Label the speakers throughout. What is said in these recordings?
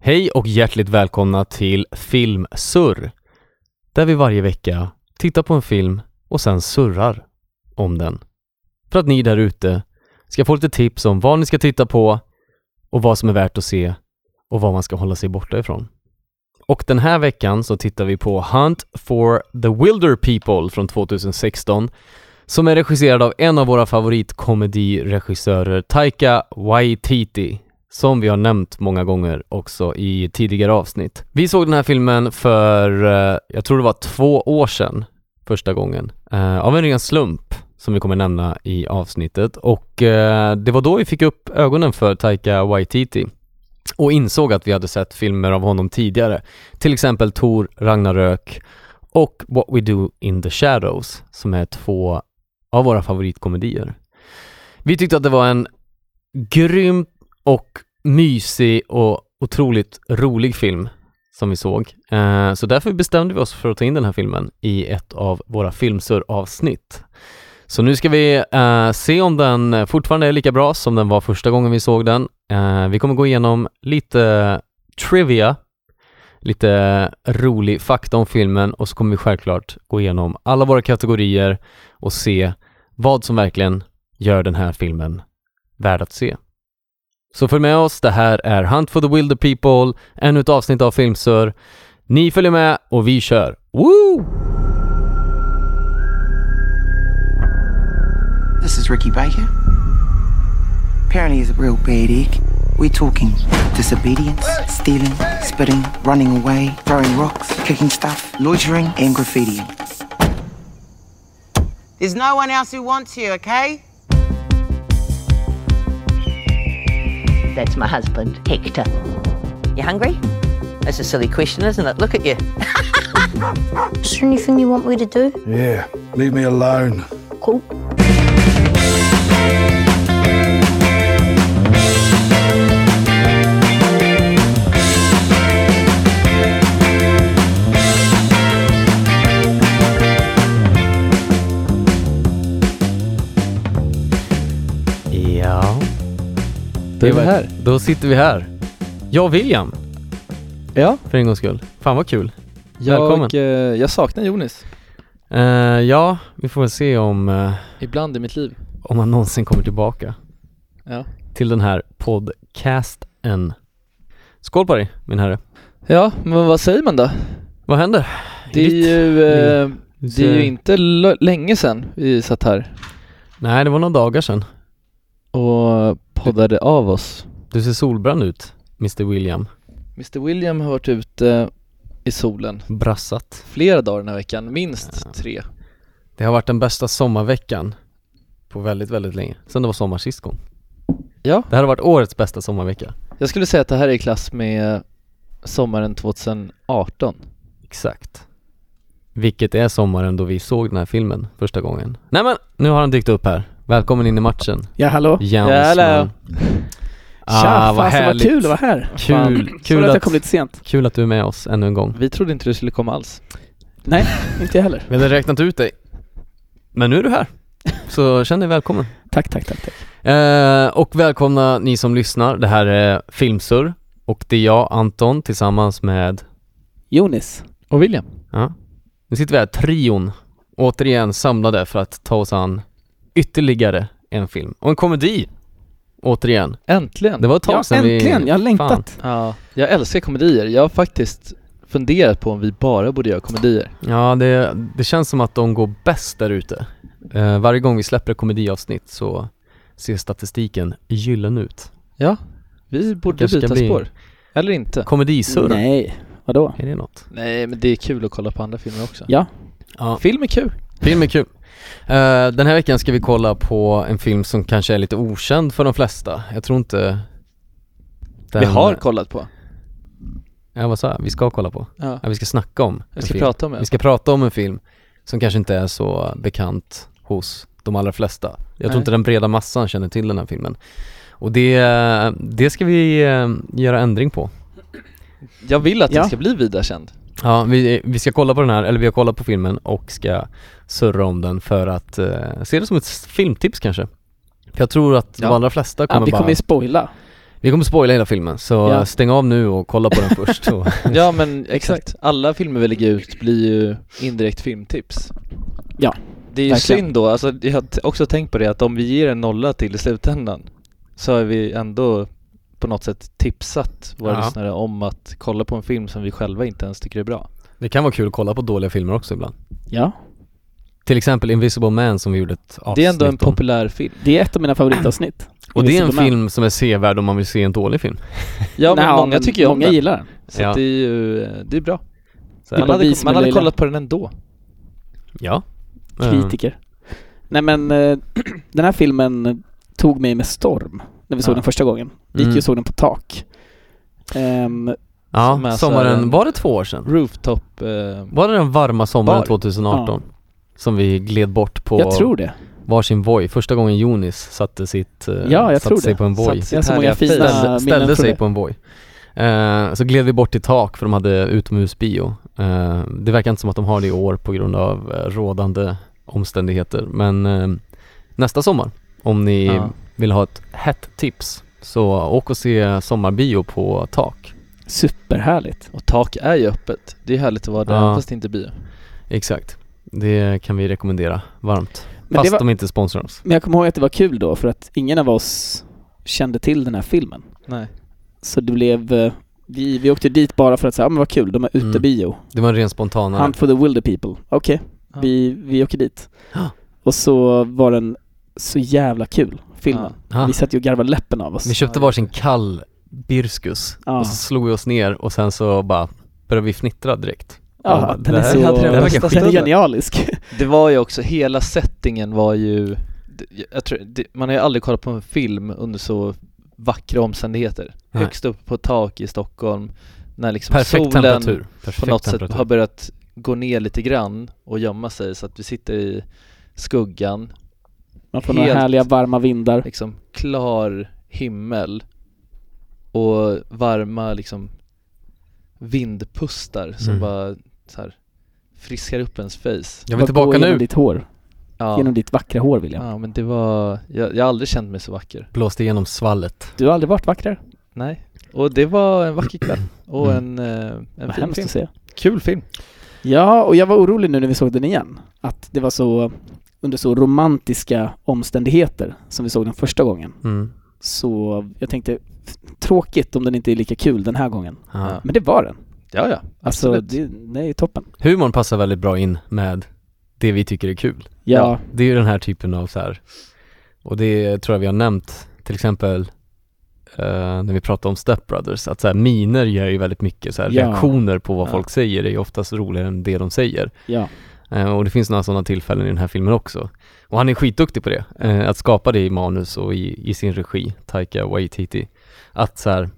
Speaker 1: Hej och hjärtligt välkomna till Filmsurr. Där vi varje vecka tittar på en film och sen surrar om den. För att ni där ute ska få lite tips om vad ni ska titta på och vad som är värt att se och vad man ska hålla sig borta ifrån. Och den här veckan så tittar vi på Hunt for the Wilder People från 2016 som är regisserad av en av våra favoritkomediregissörer, Taika Waititi som vi har nämnt många gånger också i tidigare avsnitt. Vi såg den här filmen för, eh, jag tror det var två år sedan första gången, eh, av en ren slump som vi kommer nämna i avsnittet och eh, det var då vi fick upp ögonen för Taika Waititi och insåg att vi hade sett filmer av honom tidigare, till exempel Thor, Ragnarök och What We Do In The Shadows som är två av våra favoritkomedier. Vi tyckte att det var en grym och mysig och otroligt rolig film som vi såg. Eh, Så därför bestämde vi oss för att ta in den här filmen i ett av våra filmsur-avsnitt. Så nu ska vi eh, se om den fortfarande är lika bra som den var första gången vi såg den. Eh, vi kommer gå igenom lite trivia, lite rolig fakta om filmen och så kommer vi självklart gå igenom alla våra kategorier och se vad som verkligen gör den här filmen värd att se. Så följ med oss, det här är Hunt for the Wilder People, ännu ett avsnitt av Filmsur. Ni följer med och vi kör! Woo!
Speaker 2: This is Ricky Baker. Apparently, he's a real bad egg. We're talking disobedience, stealing, spitting, running away, throwing rocks, kicking stuff, loitering, and graffitiing.
Speaker 3: There's no one else who wants you, okay?
Speaker 4: That's my husband, Hector.
Speaker 5: You hungry? That's a silly question, isn't it? Look at you.
Speaker 6: Is there anything you want me to do?
Speaker 7: Yeah, leave me alone.
Speaker 6: Cool.
Speaker 1: Ja,
Speaker 8: Då är vi här.
Speaker 1: då sitter vi här. Jag och William,
Speaker 8: Ja,
Speaker 1: för en gångs skull. Fan vad kul.
Speaker 8: jag,
Speaker 1: Välkommen.
Speaker 8: eh, jag saknar Jonas.
Speaker 1: Eh, ja, vi får väl se om, eh,
Speaker 8: Ibland i mitt liv.
Speaker 1: om han någonsin kommer tillbaka
Speaker 8: Ja.
Speaker 1: till den här podcasten. Skål på dig, min herre.
Speaker 8: Ja, men vad säger man då?
Speaker 1: Vad händer?
Speaker 8: Det är
Speaker 1: Ditt-
Speaker 8: ju, eh,
Speaker 1: Du
Speaker 8: det är
Speaker 1: ser-
Speaker 8: ju inte l- länge sedan vi satt här
Speaker 1: Nej, det var några dagar sedan.
Speaker 8: och poddade av oss.
Speaker 1: Du ser solbränd ut, Mr William.
Speaker 8: Mr William har varit ute i solen
Speaker 1: Brassat.
Speaker 8: flera dagar den här veckan, minst tre.
Speaker 1: Det har varit den bästa sommarveckan på väldigt, väldigt länge. Sen det var sommar sist gång.
Speaker 8: Ja.
Speaker 1: Det här har varit årets bästa sommarvecka.
Speaker 8: Jag skulle säga att det här är i klass med sommaren 2018.
Speaker 1: Exakt. Vilket är sommaren då vi såg den här filmen första gången. Nej men, nu har han dykt upp här. Välkommen in i matchen.
Speaker 9: Ja, hallå.
Speaker 1: Jens
Speaker 8: Hallå.
Speaker 1: man. Ah, vad
Speaker 9: fasen,
Speaker 1: härligt.
Speaker 9: vad kul att vara här.
Speaker 1: Kul,
Speaker 9: Kul
Speaker 1: kul,
Speaker 9: att jag
Speaker 1: att,
Speaker 9: kom lite sent.
Speaker 1: kul att du är med oss ännu en gång.
Speaker 8: Vi trodde inte du skulle komma alls.
Speaker 9: Nej, inte jag heller.
Speaker 1: Vi hade räknat ut dig. Men nu är du här. Så känn dig välkommen.
Speaker 9: Tack, tack, tack. tack.
Speaker 1: Eh, och välkomna ni som lyssnar. Det här är Filmsur och det är jag, Anton, tillsammans med
Speaker 9: Jonis.
Speaker 8: Och William?
Speaker 1: Nu sitter vi här, trion, återigen samlade för att ta oss an ytterligare en film. Och en komedi! Återigen.
Speaker 8: Äntligen!
Speaker 1: Det var ett tag
Speaker 9: Ja,
Speaker 1: sedan vi...
Speaker 9: äntligen. Jag har längtat.
Speaker 8: Ja, jag älskar komedier. Jag har faktiskt funderat på om vi bara borde göra komedier.
Speaker 1: Ja, det, det känns som att de går bäst där ute. Eh, varje gång vi släpper ett komediavsnitt så ser statistiken gyllen ut.
Speaker 8: Ja, vi borde
Speaker 1: kanske ska
Speaker 8: byta
Speaker 1: bli-
Speaker 8: spår. Eller inte.
Speaker 1: Komedisurr.
Speaker 9: Nej, vadå?
Speaker 1: Är det något?
Speaker 8: Nej, men det är kul att kolla på andra filmer också.
Speaker 9: Ja.
Speaker 1: Ja.
Speaker 8: Film är kul.
Speaker 1: Film är kul. Eh, den här veckan ska vi kolla på en film som kanske är lite okänd för de flesta. Jag tror inte... den-
Speaker 8: Vi har kollat på.
Speaker 1: Ja, vad sa jag? Vi ska kolla på.
Speaker 8: Ja.
Speaker 1: Ja, vi ska snacka om en
Speaker 8: Vi ska
Speaker 1: film.
Speaker 8: prata om det.
Speaker 1: Vi ska prata om en film som kanske inte är så bekant hos de allra flesta. Jag tror
Speaker 8: Nej.
Speaker 1: inte den breda massan känner till den här filmen. Och det, det ska vi eh, göra ändring på.
Speaker 8: Jag vill att
Speaker 9: Ja.
Speaker 8: den ska bli vidarekänd.
Speaker 1: Ja, vi, vi ska kolla på den här, eller vi har kollat på filmen och ska surra om den för att eh, se det som ett s- filmtips kanske. För jag tror att de
Speaker 8: Ja.
Speaker 1: allra flesta
Speaker 9: Ja,
Speaker 1: kommer
Speaker 9: vi
Speaker 1: bara,
Speaker 9: kommer ju spoila.
Speaker 1: vi Vi kommer spoila hela filmen, så
Speaker 9: Ja.
Speaker 1: stäng av nu och kolla på den först. Så.
Speaker 8: Ja men exakt, alla filmer vi lägger ut blir ju indirekt filmtips
Speaker 9: Ja,
Speaker 8: Det är ju
Speaker 9: verkligen.
Speaker 8: synd då, alltså jag har t- också tänkt på det att om vi ger en nolla till i slutändan Så har vi ändå på något sätt tipsat våra
Speaker 1: Ja.
Speaker 8: lyssnare om att kolla på en film som vi själva inte ens tycker är bra
Speaker 1: Det kan vara kul att kolla på dåliga filmer också ibland.
Speaker 9: Ja,
Speaker 1: Till exempel Invisible Man som vi gjorde ett avsnitt
Speaker 8: Det är ändå en
Speaker 1: om.
Speaker 8: populär film
Speaker 9: det är ett av mina favoritavsnitt.
Speaker 1: Och det är en
Speaker 9: Invisible Man.
Speaker 1: film som är sevärd om man vill se en dålig film.
Speaker 8: Ja men
Speaker 9: Nja,
Speaker 8: många tycker ju om
Speaker 9: Många
Speaker 8: den,
Speaker 9: gillar den.
Speaker 8: så
Speaker 1: Ja.
Speaker 8: att det är ju, eh, det är bra
Speaker 1: Så
Speaker 9: Det
Speaker 8: Man
Speaker 9: är bara
Speaker 8: hade,
Speaker 9: vi
Speaker 8: man
Speaker 9: som
Speaker 8: hade
Speaker 9: gillar.
Speaker 8: kollat på den ändå
Speaker 1: Ja. Eh,
Speaker 9: Kritiker. Nej men, eh, den här filmen tog mig med storm när vi såg
Speaker 1: Ja.
Speaker 9: den första gången. Vi gick ju
Speaker 1: Mm.
Speaker 9: och såg den på tak. Ehm,
Speaker 1: Ja,
Speaker 8: Som är så här
Speaker 1: sommaren,
Speaker 8: en-
Speaker 1: var det två år sedan?
Speaker 8: Rooftop eh,
Speaker 1: Var det den varma sommaren
Speaker 8: Bar.
Speaker 1: 2018? Som vi gled bort på
Speaker 9: jag tror det.
Speaker 1: varsin voj. Första gången Jonis satte sitt... eh,
Speaker 9: Ja, jag
Speaker 1: satte
Speaker 9: tror
Speaker 1: sig
Speaker 9: det.
Speaker 1: på en voj.
Speaker 8: Satt
Speaker 9: Jag har så
Speaker 8: Sitt
Speaker 9: många
Speaker 8: härliga
Speaker 9: fina
Speaker 8: face.
Speaker 1: Ställde,
Speaker 9: minnen
Speaker 1: ställde
Speaker 9: från
Speaker 1: sig
Speaker 9: det.
Speaker 1: på en voj. Eh, så gled vi bort till tak för de hade utomhusbio. Eh, det verkar inte som att de har det i år på grund av eh, rådande omständigheter. Men eh, nästa sommar, om ni
Speaker 8: Ja.
Speaker 1: vill ha ett hett tips, så åk och se sommarbio på tak.
Speaker 9: Superhärligt.
Speaker 8: Och tak är ju öppet, det är härligt att vara där
Speaker 1: Ja.
Speaker 8: fast inte bio
Speaker 1: Exakt. Det kan vi rekommendera varmt.
Speaker 9: Men, det
Speaker 1: Fast
Speaker 9: var,
Speaker 1: de inte sponsrar oss.
Speaker 9: men jag kommer ihåg att det var kul då för att ingen av oss kände till den här filmen.
Speaker 8: Nej
Speaker 9: Så det blev, eh, vi, vi åkte dit bara för att säga, ja men vad kul, de har
Speaker 1: Mm.
Speaker 9: utebio.
Speaker 1: Det var en ren spontanare.
Speaker 9: Hunt for the Wilder People. Okej,
Speaker 8: Ja.
Speaker 9: vi, vi åker dit.
Speaker 1: Ja.
Speaker 9: Och så var den så jävla kul, filmen.
Speaker 1: Ja.
Speaker 9: Vi satt ju och garvade läppen av oss.
Speaker 1: Vi alltså, köpte
Speaker 8: Ja,
Speaker 1: varsin kall birskus
Speaker 9: Ja.
Speaker 1: och så slog vi oss ner och sen så bara började vi fnittra direkt.
Speaker 9: Ja,
Speaker 1: Ja,
Speaker 9: den
Speaker 1: det
Speaker 9: är
Speaker 1: här-
Speaker 9: så...
Speaker 8: det här
Speaker 1: verkar
Speaker 9: den är
Speaker 8: skitbra.
Speaker 9: genialisk.
Speaker 8: Det var ju också, hela settingen var ju det- jag tror, det, Man har ju aldrig kollat på en film under så vackra omständigheter
Speaker 1: Nej.
Speaker 8: Högst upp på ett tak i Stockholm När liksom
Speaker 1: Perfekt
Speaker 8: solen
Speaker 1: temperatur. Perfekt
Speaker 8: på något sätt
Speaker 1: temperatur.
Speaker 8: har börjat gå ner lite grann och gömma sig så att vi sitter i skuggan
Speaker 9: Man får några
Speaker 8: Helt-
Speaker 9: härliga varma vindar.
Speaker 8: Liksom klar himmel och varma liksom vindpustar som
Speaker 1: Mm.
Speaker 8: bara så här friskar upp ens face
Speaker 1: Jag vill
Speaker 9: Bara gå
Speaker 1: tillbaka
Speaker 9: Genom
Speaker 1: nu.
Speaker 9: ditt hår.
Speaker 8: Ja.
Speaker 9: Genom ditt vackra hår William.
Speaker 8: Ja men det var, jag, jag har aldrig känt mig så vacker
Speaker 1: Blåste igenom svallet.
Speaker 9: Du har aldrig varit vackrare.
Speaker 8: Nej Och det var en vacker kväll och en, eh, en
Speaker 9: Vad
Speaker 8: fin
Speaker 9: hemskt
Speaker 8: film
Speaker 9: att säga.
Speaker 8: Kul film!
Speaker 9: Ja, och jag var orolig nu när vi såg den igen. Att det var så, under så romantiska omständigheter som vi såg den första gången.
Speaker 1: Mm.
Speaker 9: Så jag tänkte, tråkigt om den inte är lika kul den här gången.
Speaker 1: Ja.
Speaker 8: Ja.
Speaker 9: Men det var den.
Speaker 8: Ja ja,
Speaker 9: Alltså,
Speaker 8: absolut!
Speaker 9: det, det är ju toppen.
Speaker 1: Humorn passar väldigt bra in med det vi tycker är kul.
Speaker 9: Ja,
Speaker 1: Det är ju den här typen av så här. och det tror jag vi har nämnt till exempel eh, när vi pratade om Step Brothers, att så här, miner gör ju väldigt mycket så här,
Speaker 9: Ja.
Speaker 1: reaktioner på vad
Speaker 8: Ja.
Speaker 1: folk säger är ju oftast roligare än det de säger.
Speaker 9: ja.
Speaker 1: Eh, Och det finns några sådana tillfällen i den här filmen också. Och han är skitduktig på det, eh, att skapa det i manus och i, i sin regi, Taika Waititi. Att så här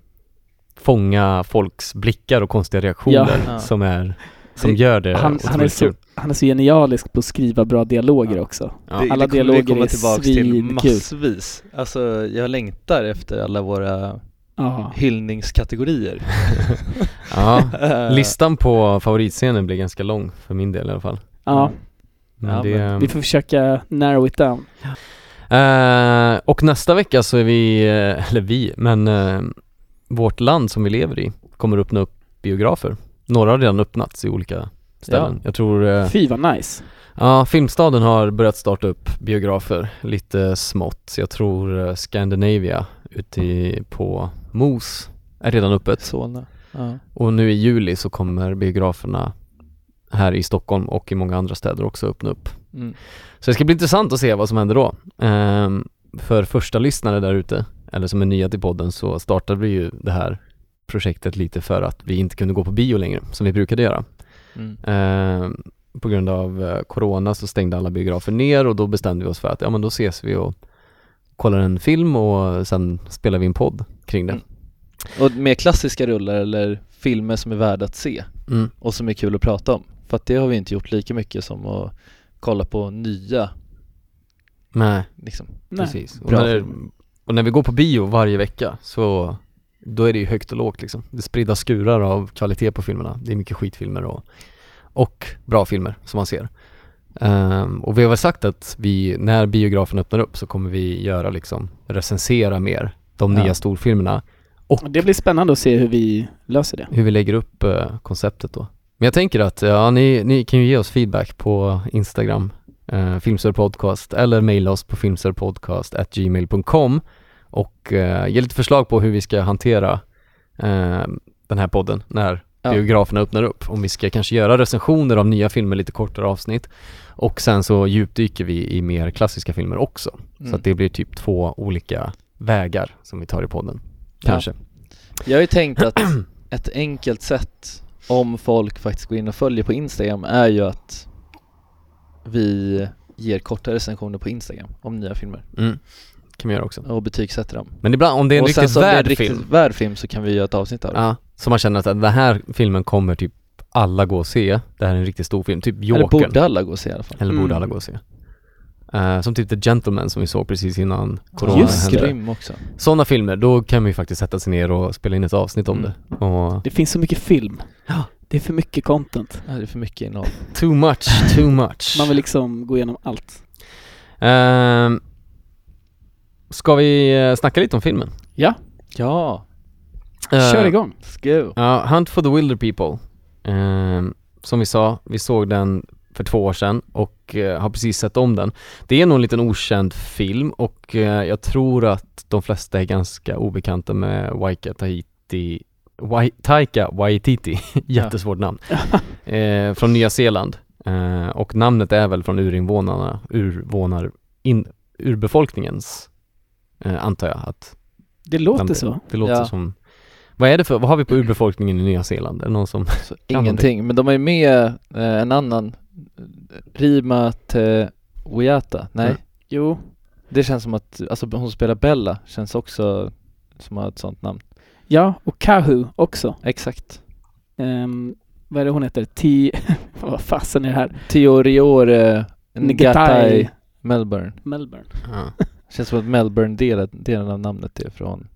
Speaker 1: fånga folks blickar och konstiga reaktioner
Speaker 8: Ja.
Speaker 1: som är som
Speaker 8: Det-
Speaker 1: gör det
Speaker 9: Han, han, är
Speaker 1: Eh, otroligt
Speaker 9: så,
Speaker 1: kul.
Speaker 9: han är så genialisk på att skriva bra dialoger
Speaker 8: Ja.
Speaker 9: också.
Speaker 1: Ja.
Speaker 8: det,
Speaker 9: alla
Speaker 8: det kommer vi
Speaker 9: dialoger är
Speaker 8: komma tillbaks till
Speaker 9: svinkul.
Speaker 8: massvis Alltså jag längtar efter alla våra
Speaker 9: Ja.
Speaker 8: hyllningskategorier
Speaker 1: Ja.
Speaker 8: Eh,
Speaker 1: Listan på favoritscener blir ganska lång för min del i alla fall.
Speaker 9: ja,
Speaker 1: Mm. Men
Speaker 8: Ja,
Speaker 1: det,
Speaker 8: men
Speaker 9: vi får försöka narrow it down.
Speaker 1: Eh, och nästa vecka så är vi, eh, eller vi, men eh, vårt land som vi lever i kommer öppna upp biografer. Några har redan öppnats i olika ställen. Jag tror, eh,
Speaker 9: Fy vad nice.
Speaker 1: ja Filmstaden har börjat starta upp biografer lite smått. Jag tror eh, Scandinavia ute i, på Mos är redan öppet.
Speaker 8: Solna ja.
Speaker 1: Och nu i juli så kommer biograferna här i Stockholm och i många andra städer också öppna upp.
Speaker 8: mm.
Speaker 1: Så det ska bli intressant att se vad som händer då. Ehm, för första lyssnare där ute, eller som är nya till podden, så startade vi ju det här projektet lite för att vi inte kunde gå på bio längre, som vi brukade göra.
Speaker 8: Mm.
Speaker 1: Ehm, på grund av eh, corona så stängde alla biografer ner och då bestämde vi oss för att ja men då ses vi och kollar en film och sen spelar vi en podd kring det.
Speaker 8: Mm. Och mer klassiska rullar eller filmer som är värda att se
Speaker 1: Mm.
Speaker 8: och som är kul att prata om För att det har vi inte gjort lika mycket som att kolla på nya
Speaker 1: Nej,
Speaker 8: liksom
Speaker 9: Nej.
Speaker 1: precis. Och
Speaker 8: Bra
Speaker 1: när,
Speaker 8: film.
Speaker 1: och när vi går på bio varje vecka så då är det ju högt och lågt liksom. Det är spridda skurar av kvalitet på filmerna. Det är mycket skitfilmer och, och bra filmer som man ser. Ehm, och vi har väl sagt att vi, när biografen öppnar upp så kommer vi göra liksom, recensera mer de
Speaker 8: Ja.
Speaker 1: nya storfilmerna och
Speaker 9: Det blir spännande att se hur vi löser det.
Speaker 1: hur vi lägger upp eh, konceptet då. Men jag tänker att ja, ni, ni kan ju ge oss feedback på Instagram, eh, filmsörpodcast eller mejla oss på filmsörpodcast@gmail.com och eh, ge lite förslag på hur vi ska hantera eh, den här podden när
Speaker 8: Ja.
Speaker 1: biograferna öppnar upp. Om vi ska kanske göra recensioner av nya filmer, lite kortare avsnitt och sen så djupdyker vi i mer klassiska filmer också.
Speaker 8: Mm.
Speaker 1: Så att det blir typ två olika vägar som vi tar i podden. Kanske.
Speaker 8: Jag har ju tänkt att ett enkelt sätt om folk faktiskt går in och följer på Instagram är ju att vi ger korta recensioner på Instagram om nya filmer
Speaker 1: Mm. Kan vi göra också.
Speaker 8: och betygsätter dem.
Speaker 1: Men ibland, om det är en
Speaker 8: och
Speaker 1: riktigt
Speaker 8: så om det är en
Speaker 1: värd
Speaker 8: riktigt
Speaker 1: film,
Speaker 8: värd film så kan vi göra ett avsnitt av det.
Speaker 1: ja, så man känner att den här filmen kommer typ alla gå och se, det här är en riktigt stor film, typ
Speaker 8: Eller
Speaker 1: Jokern.
Speaker 8: borde alla gå och se i alla fall.
Speaker 1: Eller borde
Speaker 9: Mm.
Speaker 1: alla gå och se. Eh, som typ The Gentleman som vi såg precis innan corona
Speaker 9: Just det.
Speaker 1: hände.
Speaker 8: Grym också.
Speaker 1: Sådana filmer, då kan vi ju faktiskt sätta sig ner och spela in ett avsnitt om
Speaker 8: Mm.
Speaker 1: det. Och
Speaker 9: Det finns så mycket film.
Speaker 1: Ja.
Speaker 9: Det är för mycket content.
Speaker 8: Ja, det är för mycket innehåll.
Speaker 1: too much, too much.
Speaker 9: Man vill liksom gå igenom allt.
Speaker 1: Ehm, ska vi eh, snacka lite om filmen?
Speaker 8: Ja,
Speaker 9: Kör
Speaker 1: Eh,
Speaker 9: igång.
Speaker 8: sku.
Speaker 1: Ja, Hunt for the Wilder People. Ehm, som vi sa, vi såg den för två år sedan och eh, har precis sett om den. Det är nog en liten okänd film och eh, jag tror att de flesta är ganska obekanta med Waika Tahiti Wai, Taika Waititi, jättesvårt namn, eh, från Nya Zeeland. Eh, och namnet är väl från urinvånarna, urvånar, in, urbefolkningens, eh, antar jag att
Speaker 9: Det låter
Speaker 1: Namn-
Speaker 9: så.
Speaker 1: det låter
Speaker 8: Ja.
Speaker 1: som Vad är det för, vad har vi på urbefolkningen i Nya Zeeland? Är det någon som
Speaker 8: Så
Speaker 1: man
Speaker 8: ingenting, men de är ju med eh, en annan, Rima Te Wiata. nej?
Speaker 1: Mm.
Speaker 9: Jo.
Speaker 8: Det känns som att, alltså hon som spelar Bella känns också som har ett sånt namn.
Speaker 9: Ja, och Kahu också.
Speaker 8: Exakt.
Speaker 9: Ehm, vad är det hon heter? T... vad fasen är det här?
Speaker 8: Teoriore
Speaker 9: Negatai
Speaker 8: Ngatai Melbourne.
Speaker 9: Melbourne.
Speaker 1: ja.
Speaker 8: Känns som att Melbourne delen, delen av namnet är från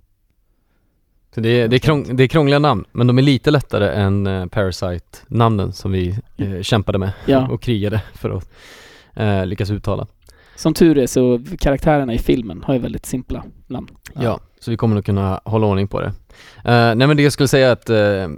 Speaker 1: Så det, är, det, är krång, det är krångliga namn, men de är lite lättare än eh, Parasite-namnen som vi eh, kämpade med
Speaker 9: Ja.
Speaker 1: och krigade för att eh, lyckas uttala
Speaker 9: Som tur är så karaktärerna i filmen har ju väldigt simpla namn.
Speaker 1: ja. så vi kommer nog kunna hålla ordning på det Eh, Nej men det jag skulle säga är att eh,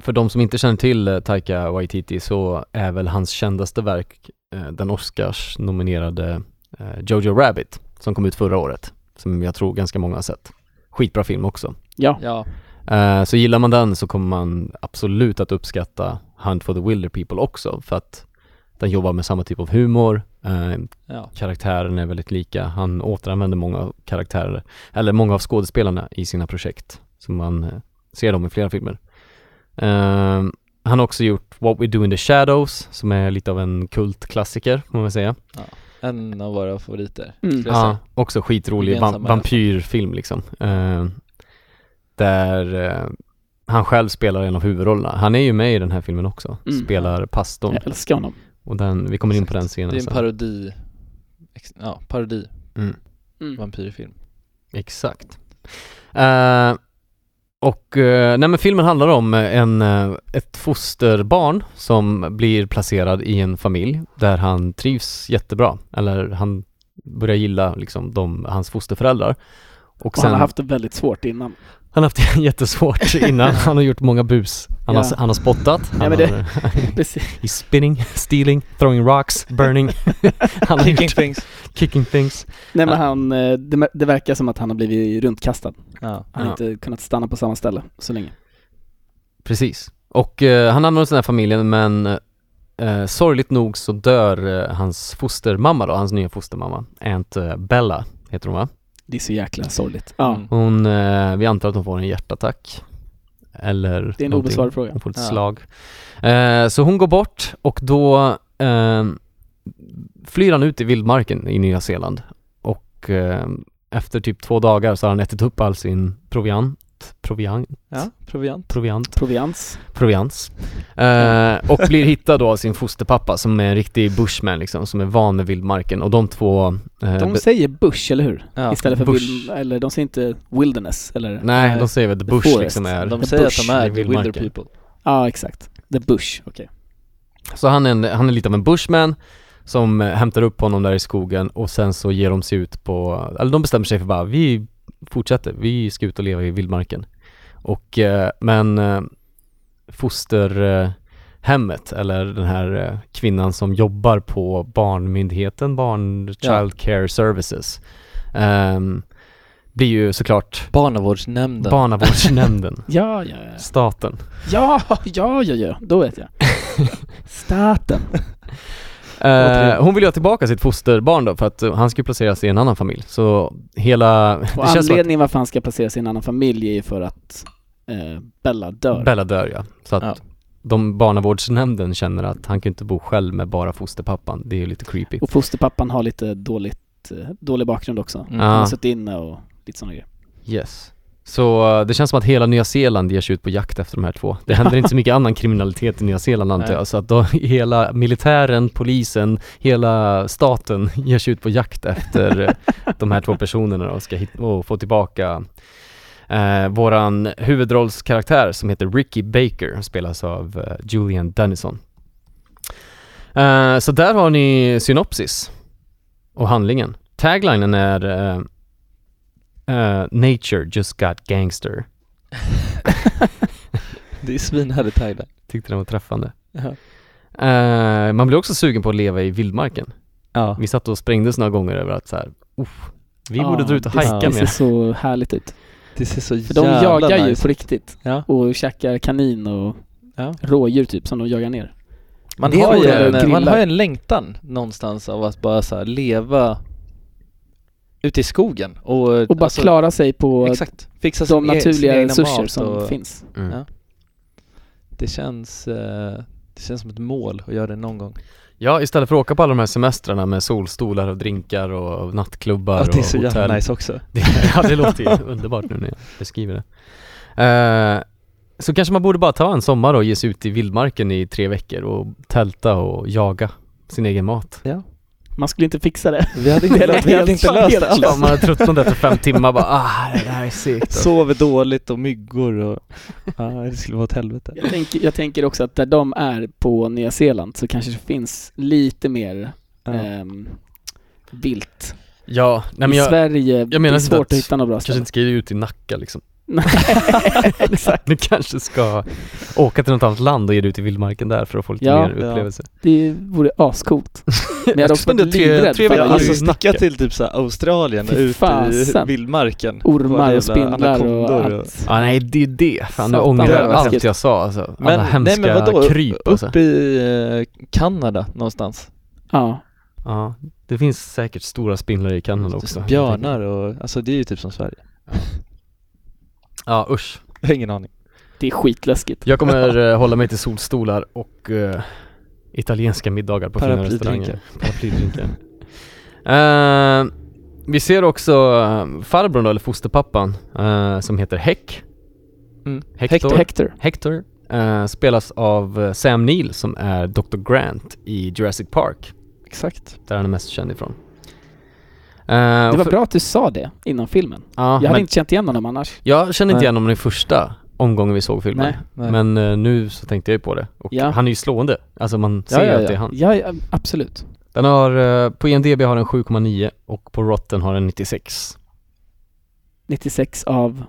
Speaker 1: för de som inte känner till eh, Taika Waititi så är väl hans kändaste verk eh, den Oscars-nominerade eh, Jojo Rabbit som kom ut förra året, som jag tror ganska många har sett. Skitbra film också.
Speaker 9: Ja.
Speaker 8: Ja,
Speaker 1: Eh, Så gillar man den så kommer man absolut att uppskatta Hunt for the Wilder People också för att den jobbar med samma typ av humor, eh,
Speaker 8: ja.
Speaker 1: karaktären är väldigt lika, han återanvänder många av karaktärer, eller många av skådespelarna i sina projekt, så man eh, ser dem i flera filmer. Eh, Han har också gjort What We Do In The Shadows, som är lite av en kultklassiker, får man väl säga.
Speaker 8: En av våra favoriter.
Speaker 9: Mm.
Speaker 8: skulle jag
Speaker 1: Ja,
Speaker 8: säga.
Speaker 1: också skitrolig
Speaker 8: Gemensamma
Speaker 1: va-
Speaker 8: i alla fall.
Speaker 1: vampyrfilm liksom. Eh, där eh, han själv spelar en av huvudrollerna. Han är ju med i den här filmen också.
Speaker 9: Mm.
Speaker 1: Spelar pastorn.
Speaker 9: Jag älskar honom.
Speaker 1: Och den, vi kommer in på den
Speaker 8: Det
Speaker 1: senare
Speaker 8: är en
Speaker 1: sen.
Speaker 8: parodi, ex, ja, parodi,
Speaker 9: Mm.
Speaker 8: vampyrfilm.
Speaker 1: Exakt. Eh, och, eh, nej men filmen handlar om eh, en, eh, ett fosterbarn som blir placerad i en familj där han trivs jättebra. Eller han börjar gilla liksom de, hans fosterföräldrar.
Speaker 9: Och han har haft det väldigt svårt innan.
Speaker 1: Han har haft det jättesvårt innan, han har gjort många bus. Han,
Speaker 9: Ja.
Speaker 1: har, han har spottat, han
Speaker 9: Ja, men det-
Speaker 1: har,
Speaker 9: Precis.
Speaker 1: he's spinning, stealing, throwing rocks, burning. han har gjort,
Speaker 8: things.
Speaker 1: kicking things.
Speaker 9: Nej men han, eh, det, mer- det verkar som att han har blivit runtkastad.
Speaker 8: Ja.
Speaker 9: Han har inte kunnat stanna på samma ställe så länge.
Speaker 1: Precis. Och eh, han hamnar hos den här familjen men eh, sorgligt nog så dör eh, hans fostermamma då, hans nya fostermamma, Aunt eh, Bella heter hon va?
Speaker 9: Det är så jäkla sorgligt. Ja.
Speaker 8: Mm.
Speaker 1: Hon, eh, vi antar att hon får en hjärtattack. Eller
Speaker 9: Det är en
Speaker 1: någonting.
Speaker 9: obesvarad fråga.
Speaker 1: Hon får ett
Speaker 8: Ja.
Speaker 1: slag. Eh, så hon går bort och då eh, flyr han ut i vildmarken i Nya Zeeland. Och eh, efter typ två dagar så har han ätit upp all sin proviant, proviant,
Speaker 8: ja, proviant.
Speaker 1: proviant,
Speaker 9: Provians.
Speaker 1: provians. Eh, och blir hittad då av sin fosterpappa som är en riktig bushman liksom, som är van med vildmarken. Och de två... Eh,
Speaker 9: De
Speaker 1: be-
Speaker 9: säger bush, eller hur?
Speaker 8: Ja.
Speaker 9: Istället för
Speaker 1: bush.
Speaker 9: Wild, eller de säger inte wilderness, eller?
Speaker 1: nej,
Speaker 8: nej,
Speaker 1: de säger väl the
Speaker 9: the
Speaker 1: bush
Speaker 9: forest.
Speaker 1: liksom är...
Speaker 8: De
Speaker 9: The
Speaker 8: säger
Speaker 9: bush
Speaker 8: att de är
Speaker 1: i
Speaker 8: the wilder
Speaker 1: vildmarken.
Speaker 8: people.
Speaker 9: Ja, exakt. The bush, okej.
Speaker 1: Så han är, en, han är lite av en bushman som eh, hämtar upp honom där i skogen och sen så ger de sig ut på, eller de bestämmer sig för bara, vi fortsätter, vi ska ut och leva i vildmarken. Och, eh, men eh, fosterhemmet eller den här eh, kvinnan som jobbar på barnmyndigheten, Barn
Speaker 8: Ja.
Speaker 1: Child Care Services, ehm, blir ju såklart
Speaker 8: Barnavårdsnämnden.
Speaker 1: barnavårdsnämnden,
Speaker 9: Ja, ja, ja.
Speaker 1: staten.
Speaker 9: Ja, ja, ja, ja. Då vet jag. Staten.
Speaker 1: Eh, hon vill ju ha tillbaka sitt fosterbarn då för att eh, han ska ju placeras i en annan familj. Så hela... Det
Speaker 9: Och
Speaker 1: känns som att
Speaker 9: anledningen varför han ska placeras i en annan familj är ju för att eh, Bella dör.
Speaker 1: Bella dör ja. Så att
Speaker 8: Ja.
Speaker 1: de barnavårdsnämnden känner att han kan ju inte bo själv med bara fosterpappan. Det är ju lite creepy.
Speaker 9: och fosterpappan har lite dåligt, eh, dålig bakgrund också.
Speaker 8: Mm.
Speaker 9: Han har
Speaker 1: Ja.
Speaker 9: suttit inne och lite sådana grejer.
Speaker 1: Yes. Så eh, det känns som att hela Nya Zeeland ger sig ut på jakt efter de här två. Det händer inte så mycket annan kriminalitet i Nya Zeeland antar
Speaker 8: Nej.
Speaker 1: jag. Så att då, hela militären, polisen, hela staten ger sig ut på jakt efter eh, de här två personerna och ska hit- och få tillbaka eh, våran huvudrollskaraktär som heter Ricky Baker, spelas av eh, Julian Dennison. Eh, så där har ni synopsis och handlingen. Taglinen är eh, eh, Nature just got gangster.
Speaker 8: Det är svinhärligt tagline.
Speaker 1: Tyckte den var träffande.
Speaker 8: Ja.
Speaker 1: Eh, man blir också sugen på att leva i vildmarken.
Speaker 8: Ja.
Speaker 1: Vi satt och sprängdes några gånger över att så här, "Uff, vi
Speaker 9: Ja,
Speaker 1: borde dra ut och
Speaker 9: det-
Speaker 1: hajka
Speaker 9: Det ser
Speaker 1: mer.
Speaker 9: så härligt ut.
Speaker 8: Det ser så
Speaker 9: För de
Speaker 8: jävla
Speaker 9: jagar ju
Speaker 8: nice
Speaker 9: på
Speaker 8: ut.
Speaker 9: riktigt.
Speaker 8: Ja.
Speaker 9: Och käkar kanin och
Speaker 8: Ja.
Speaker 9: rådjur typ som de jagar ner.
Speaker 8: Man
Speaker 9: Det
Speaker 8: har, ju
Speaker 9: vore
Speaker 8: en, man
Speaker 9: grillar.
Speaker 8: har ju en längtan någonstans av att bara så här leva ute i skogen och,
Speaker 9: Och bara
Speaker 8: alltså,
Speaker 9: klara sig på
Speaker 8: exakt, fixa
Speaker 9: de
Speaker 8: sin e- sin
Speaker 9: naturliga
Speaker 8: egna
Speaker 9: resurser
Speaker 8: mat
Speaker 9: som
Speaker 8: och
Speaker 9: finns.
Speaker 1: Mm.
Speaker 8: Ja. Det känns, eh, det känns som ett mål att göra det någon gång.
Speaker 1: Ja, istället för att åka på alla de här semestrarna med solstolar och drinkar och nattklubbar
Speaker 8: Att det är så
Speaker 1: och
Speaker 8: jävla
Speaker 1: hotell.
Speaker 8: nice också.
Speaker 1: Det- ja, det låter ju underbart nu när jag beskriver det. Eh, så kanske man borde bara ta en sommar och ge sig ut i vildmarken i tre veckor och tälta och jaga sin egen mat.
Speaker 9: Man skulle inte fixa det.
Speaker 8: Vi hade inte,
Speaker 9: Det lät
Speaker 8: vi hade inte
Speaker 9: helt
Speaker 8: löst det
Speaker 9: planerat.
Speaker 1: Ja,
Speaker 8: alls.
Speaker 1: man har tröttnat efter fem timmar bara ah, det här är segt.
Speaker 8: Sover dåligt och myggor och, ja det skulle vara ett helvete.
Speaker 9: Jag tänker, jag tänker också att där de är på Nya Zeeland så kanske det finns lite mer
Speaker 8: Ja.
Speaker 9: ehm, vilt.
Speaker 1: Ja, nej men
Speaker 9: I
Speaker 1: jag
Speaker 9: Sverige, det
Speaker 1: menar
Speaker 9: är
Speaker 1: inte
Speaker 9: svårt
Speaker 1: att-
Speaker 9: att, hitta något bra
Speaker 1: kanske
Speaker 9: ställe.
Speaker 1: inte ska ge ut i Nacka liksom.
Speaker 9: Nej,
Speaker 1: Exakt. Du kanske ska åka till något annat land och ge dig ut i vildmarken där för att få lite
Speaker 9: Ja.
Speaker 1: mer
Speaker 8: Ja.
Speaker 1: upplevelse.
Speaker 9: Det vore ascoolt. Men jag hade också
Speaker 1: spendera
Speaker 9: varit
Speaker 1: tre-
Speaker 9: livrädd
Speaker 1: tre
Speaker 9: för
Speaker 1: veckor
Speaker 9: alla
Speaker 1: i
Speaker 8: alltså
Speaker 9: just
Speaker 8: sticka
Speaker 1: Nacka.
Speaker 8: till typ så här Australien
Speaker 9: Fy
Speaker 8: ute i
Speaker 9: fasen.
Speaker 8: vildmarken. Bara
Speaker 9: ormar
Speaker 8: jävla
Speaker 9: och spindlar och
Speaker 8: anakondor och-
Speaker 9: allt.
Speaker 1: Ja nej det är det, fan nu
Speaker 9: Satan,
Speaker 1: ångrar
Speaker 8: vad
Speaker 1: jag allt
Speaker 9: läskigt.
Speaker 1: jag sa alltså. Alla
Speaker 8: Men- nej, men
Speaker 1: hemska
Speaker 8: vadå?
Speaker 1: kryp alltså.
Speaker 8: Uppe i eh, Kanada någonstans.
Speaker 9: Ja,
Speaker 1: Ja, det finns säkert stora spindlar i Kanada också.
Speaker 8: Typ Björnar och, alltså det är ju typ som Sverige.
Speaker 1: Ja usch.
Speaker 8: Jag har ingen aning.
Speaker 9: det är skitläskigt.
Speaker 1: Jag kommer eh, hålla mig till solstolar och eh, italienska middagar på fina
Speaker 8: Paraplydrinkar.
Speaker 1: restauranger. Paraplydrinkar. Eh, vi ser också uh, farbrorn då, eller fosterpappan, eh, som heter Heck.
Speaker 8: Mm.
Speaker 1: Hector.
Speaker 9: Hector. Hector.
Speaker 1: Hector eh, spelas av eh, Sam Neill som är Dr. Grant i Jurassic Park,
Speaker 8: Exakt.
Speaker 1: där han är mest känd ifrån. Eh,
Speaker 9: Det
Speaker 1: och
Speaker 9: var
Speaker 1: för-
Speaker 9: bra att du sa det innan filmen.
Speaker 1: Ja,
Speaker 9: Jag hade
Speaker 1: men-
Speaker 9: inte känt igen honom annars.
Speaker 1: Jag kände inte
Speaker 8: Nej.
Speaker 1: igen honom i första omgången vi såg filmen.
Speaker 9: Nej,
Speaker 8: nej.
Speaker 1: Men eh, nu så tänkte jag ju på det. Och
Speaker 9: Ja.
Speaker 1: han är ju slående. Alltså man ser
Speaker 9: ja,
Speaker 1: ju
Speaker 9: ja,
Speaker 1: att det är
Speaker 9: ja.
Speaker 1: han.
Speaker 9: ja, ja, absolut.
Speaker 1: Den har, eh, på IMDB har den 7,9 och på Rotten har den 96
Speaker 9: 96 av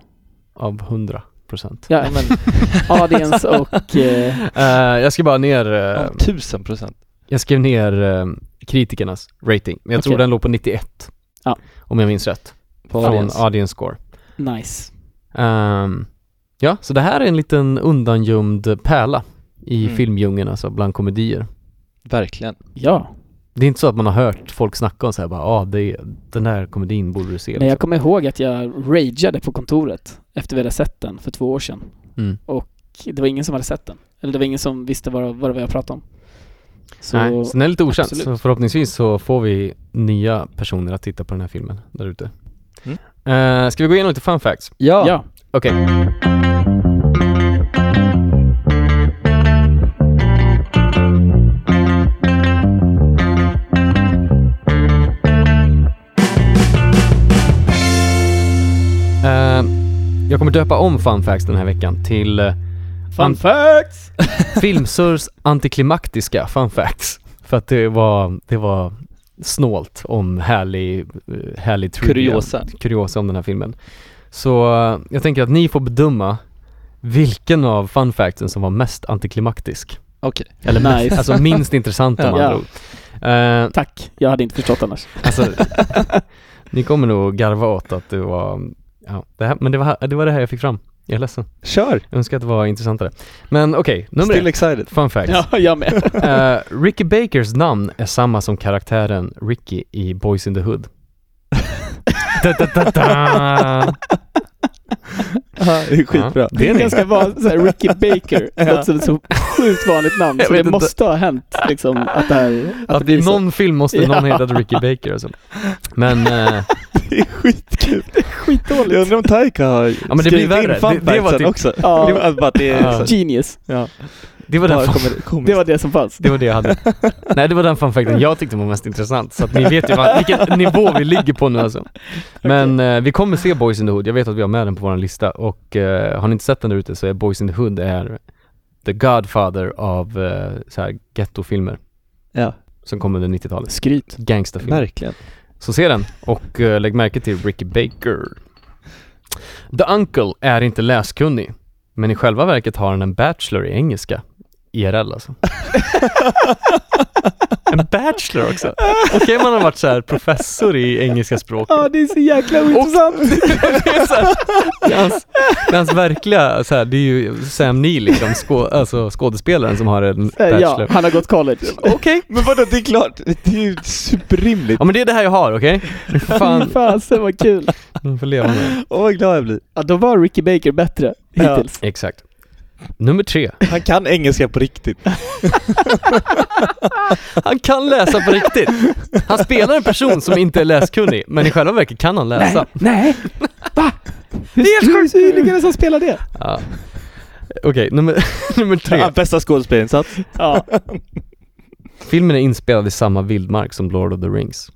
Speaker 1: av 100 procent.
Speaker 9: ja, audience och... Eh,
Speaker 1: jag ska bara ner, eh,
Speaker 8: Om tusen procent.
Speaker 1: jag skrev ner eh, kritikernas rating. Men jag tror
Speaker 9: Okej.
Speaker 1: den låg på 91.
Speaker 9: Ja.
Speaker 1: Om jag minns rätt.
Speaker 8: På
Speaker 1: Från
Speaker 8: audience.
Speaker 1: audience, score.
Speaker 9: nice.
Speaker 1: Ehm, ja, så det här är en liten undangömd pärla i
Speaker 8: Mm.
Speaker 1: filmdjungeln, alltså bland komedier.
Speaker 8: Verkligen.
Speaker 9: Ja.
Speaker 1: Det är inte så att man har hört folk snacka om så här bara, ah, det är, den där komedin borde du se.
Speaker 9: Nej, jag kommer ihåg att jag rageade på kontoret efter vi hade sett den för två år sedan.
Speaker 1: Mm.
Speaker 9: Och det var ingen som hade sett den. Eller det var ingen som visste vad, vad det var jag pratade om. Så,
Speaker 1: Liksom. Nej, så den är lite okänd.
Speaker 9: absolut.
Speaker 1: Så förhoppningsvis så får vi nya personer att titta på den här filmen där ute.
Speaker 8: Mm.
Speaker 1: Eh, ska vi gå igenom lite fun facts?
Speaker 9: ja.
Speaker 1: Okej. Eh, jag kommer döpa om fun facts den här veckan till eh,
Speaker 9: Fun
Speaker 1: Ant-
Speaker 9: facts!
Speaker 1: Filmsurs antiklimaktiska fun facts. För att det var, det var snålt om härlig, eh, härlig trivia.
Speaker 8: Kuriosa.
Speaker 1: kuriosa om den här filmen. Så eh, jag tänker att ni får bedöma vilken av fun factsen som var mest antiklimaktisk.
Speaker 8: Okej.
Speaker 1: Eller mest,
Speaker 9: Nice.
Speaker 1: alltså minst intressant om
Speaker 9: Ja.
Speaker 1: man
Speaker 9: Ja.
Speaker 1: andra ord. Eh,
Speaker 9: Tack, jag hade inte förstått annars.
Speaker 1: Alltså, ni kommer nog garva åt att det var, ja, det här, men det var, här- det var det här jag fick fram. Jag är ledsen.
Speaker 8: Kör!
Speaker 1: Jag önskar att det var intressantare. Men okej, nummer
Speaker 8: Still
Speaker 1: ett.
Speaker 8: excited.
Speaker 1: Fun fact.
Speaker 9: Ja, jag med.
Speaker 1: Eh, Ricky Bakers namn är samma som karaktären Ricky i Boys in the Hood. Ta-ta-ta-ta.
Speaker 8: det är skitbra.
Speaker 1: Ja, det är ni.
Speaker 9: ganska vanligt, såhär Ricky Baker.
Speaker 8: Ja.
Speaker 9: Låter som ett så sjukt vanligt namn.
Speaker 1: Jag
Speaker 9: Så
Speaker 1: vet
Speaker 9: det
Speaker 1: inte.
Speaker 9: måste ha hänt liksom att det här...
Speaker 1: Att
Speaker 9: blir
Speaker 1: i
Speaker 9: så.
Speaker 1: någon film måste någon ha
Speaker 9: Ja.
Speaker 1: hetat Ricky Baker alltså. Men, eh,
Speaker 8: Det är skitkul.
Speaker 9: Skitdåligt.
Speaker 8: Jag undrar om Taika har
Speaker 1: men det blir
Speaker 8: skrivit
Speaker 1: värre.
Speaker 8: in fun
Speaker 1: Det- det var
Speaker 8: factsen
Speaker 1: typ-
Speaker 8: också.
Speaker 9: Ja.
Speaker 8: Det var bara att det är
Speaker 1: Ja.
Speaker 8: så-
Speaker 9: Genius.
Speaker 1: det var
Speaker 8: bara
Speaker 1: den
Speaker 8: kommer komiskt.
Speaker 9: Det var det som fanns.
Speaker 1: Det var det jag hade. Nej, det var den fanfakten jag tyckte var mest intressant. Så att ni vet ju vad, vilken nivå vi ligger på nu alltså. Men eh, vi kommer se Boys in the Hood. Jag vet att vi har med den på vår lista. Och eh, har ni inte sett den där ute så är Boys in the Hood är the godfather av eh, så här gettofilmer
Speaker 8: Ja,
Speaker 1: som kom under 90-talet.
Speaker 9: Skryt.
Speaker 1: Gangsterfilmer.
Speaker 8: verkligen.
Speaker 1: Så se den och eh, lägg märke till Ricky Baker. The Uncle är inte läskunnig, men i själva verket har han en bachelor i engelska. IRL alltså. En bachelor också? Okej man har varit så här professor i engelska språket.
Speaker 9: Ja, det är så jäkla ointressant.
Speaker 1: Det är så här- det är hans, det är hans verkliga, så här, det är ju Sam Neill, liksom, skå, alltså skådespelaren som har en
Speaker 9: Eh, Ja,
Speaker 1: bachelor.
Speaker 9: han har gått college.
Speaker 1: Okej.
Speaker 8: Men vadå, det är klart. Det är ju superrimligt.
Speaker 1: Ja men det är det här jag har, okej? Okay?
Speaker 9: Fy
Speaker 1: Fan,
Speaker 9: fasen vad kul.
Speaker 1: man får leva med det.
Speaker 8: Åh vad glad jag blir.
Speaker 9: Ja, då var Ricky Baker bättre
Speaker 8: Ja.
Speaker 9: hittills.
Speaker 1: Exakt. Nummer tre.
Speaker 8: Han kan engelska på riktigt.
Speaker 1: Han kan läsa på riktigt. Han spelar en person som inte är läskunnig, men i själva verket kan han läsa.
Speaker 9: Nej! Va? Hur skulle du lyckas spela det?
Speaker 1: Ja. Okej, nummer, nummer tre.
Speaker 8: Ja, bästa skådespelarinsats.
Speaker 9: Ja,
Speaker 1: Filmen är inspelad i samma vildmark som Lord of the Rings.